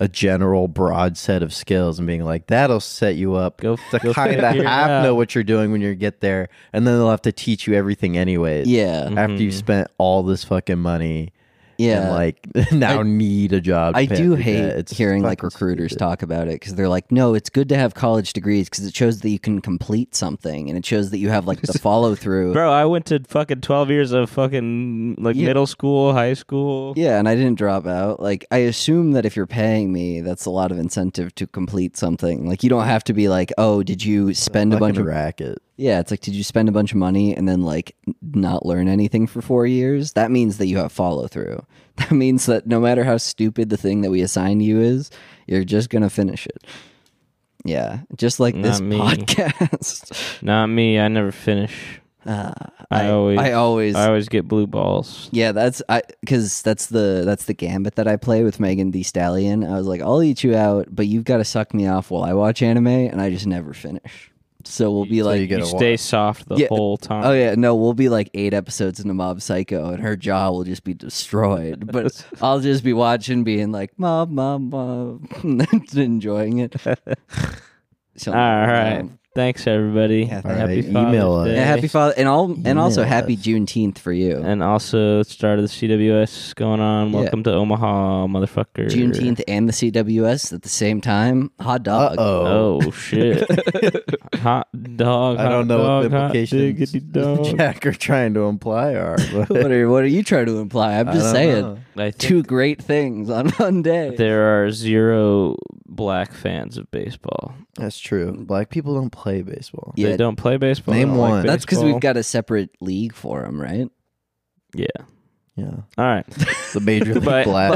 Speaker 1: a general broad set of skills and being like that'll set you up
Speaker 3: Go-
Speaker 1: to
Speaker 3: go
Speaker 1: kind of
Speaker 3: figure it
Speaker 1: half know
Speaker 3: out."
Speaker 1: what you're doing when you get there and then they'll have to teach you everything anyways
Speaker 2: yeah. Mm-hmm.
Speaker 1: after you've spent all this fucking money
Speaker 2: Yeah.
Speaker 1: and like now need a job
Speaker 2: I
Speaker 1: to pay
Speaker 2: do
Speaker 1: off your
Speaker 2: hate
Speaker 1: debt. It's
Speaker 2: hearing like
Speaker 1: fucking
Speaker 2: recruiters
Speaker 1: stupid.
Speaker 2: talk about it because they're like, no, it's good to have college degrees because it shows that you can complete something and it shows that you have like the follow through.
Speaker 3: Bro, I went to fucking twelve years of fucking like
Speaker 2: Yeah.
Speaker 3: middle school, high school.
Speaker 2: Yeah, and I didn't drop out. Like, I assume that if you're paying me, that's a lot of incentive to complete something. Like, you don't have to be like, oh, did you spend a bunch
Speaker 1: Fucking
Speaker 2: of
Speaker 1: racket
Speaker 2: yeah? It's like, did you spend a bunch of money and then like n- not learn anything for four years? That means that you have follow through. That means that no matter how stupid the thing that we assign you is, you're just gonna finish it. Yeah, just like this
Speaker 3: Not me.
Speaker 2: podcast.
Speaker 3: Not me. I never finish. I, always,
Speaker 2: I always-
Speaker 3: I always get blue balls.
Speaker 2: Yeah, that's I because that's the that's the gambit that I play with Megan the Stallion. I was like, I'll eat you out, but you've got to suck me off while I watch anime, and I just never finish. So we'll be like,
Speaker 6: you get
Speaker 3: You
Speaker 6: a
Speaker 3: stay soft the
Speaker 2: Yeah.
Speaker 3: whole time.
Speaker 2: oh yeah, no, we'll be like eight episodes into Mob Psycho, and her jaw will just be destroyed. But I'll just be watching, being like, Mob, Mob, Mob, and enjoying it. So,
Speaker 3: All right.
Speaker 2: um,
Speaker 3: Thanks everybody.
Speaker 2: Yeah,
Speaker 6: All
Speaker 3: happy
Speaker 6: right, email
Speaker 3: Father's
Speaker 6: us.
Speaker 3: Day.
Speaker 2: yeah, happy father, and all, and also
Speaker 6: Yes.
Speaker 2: happy Juneteenth for you.
Speaker 3: and also it's start of the CWS going on.
Speaker 2: Yeah.
Speaker 3: Welcome to Omaha, motherfucker.
Speaker 2: Juneteenth and the CWS at the same time. Hot
Speaker 6: Uh
Speaker 2: dog.
Speaker 6: oh.
Speaker 3: Oh shit! hot dog.
Speaker 6: I don't
Speaker 3: hot
Speaker 6: know what
Speaker 3: dog,
Speaker 6: the
Speaker 3: hot
Speaker 6: implications
Speaker 3: diggity dog.
Speaker 6: Jack are trying to imply are. But
Speaker 2: what are what are you trying to imply? I'm
Speaker 6: I
Speaker 2: just
Speaker 6: don't
Speaker 2: saying
Speaker 6: know.
Speaker 3: I think
Speaker 2: two great things on one day.
Speaker 3: there are zero black fans of baseball.
Speaker 6: That's true. Black people don't play baseball.
Speaker 2: Yeah.
Speaker 3: They don't play baseball.
Speaker 6: Name
Speaker 3: they don't like
Speaker 6: one.
Speaker 2: That's because we've
Speaker 3: baseball.
Speaker 2: got a separate league for them, right?
Speaker 3: Yeah.
Speaker 6: Yeah.
Speaker 3: All right.
Speaker 6: The major league
Speaker 3: But-
Speaker 6: black.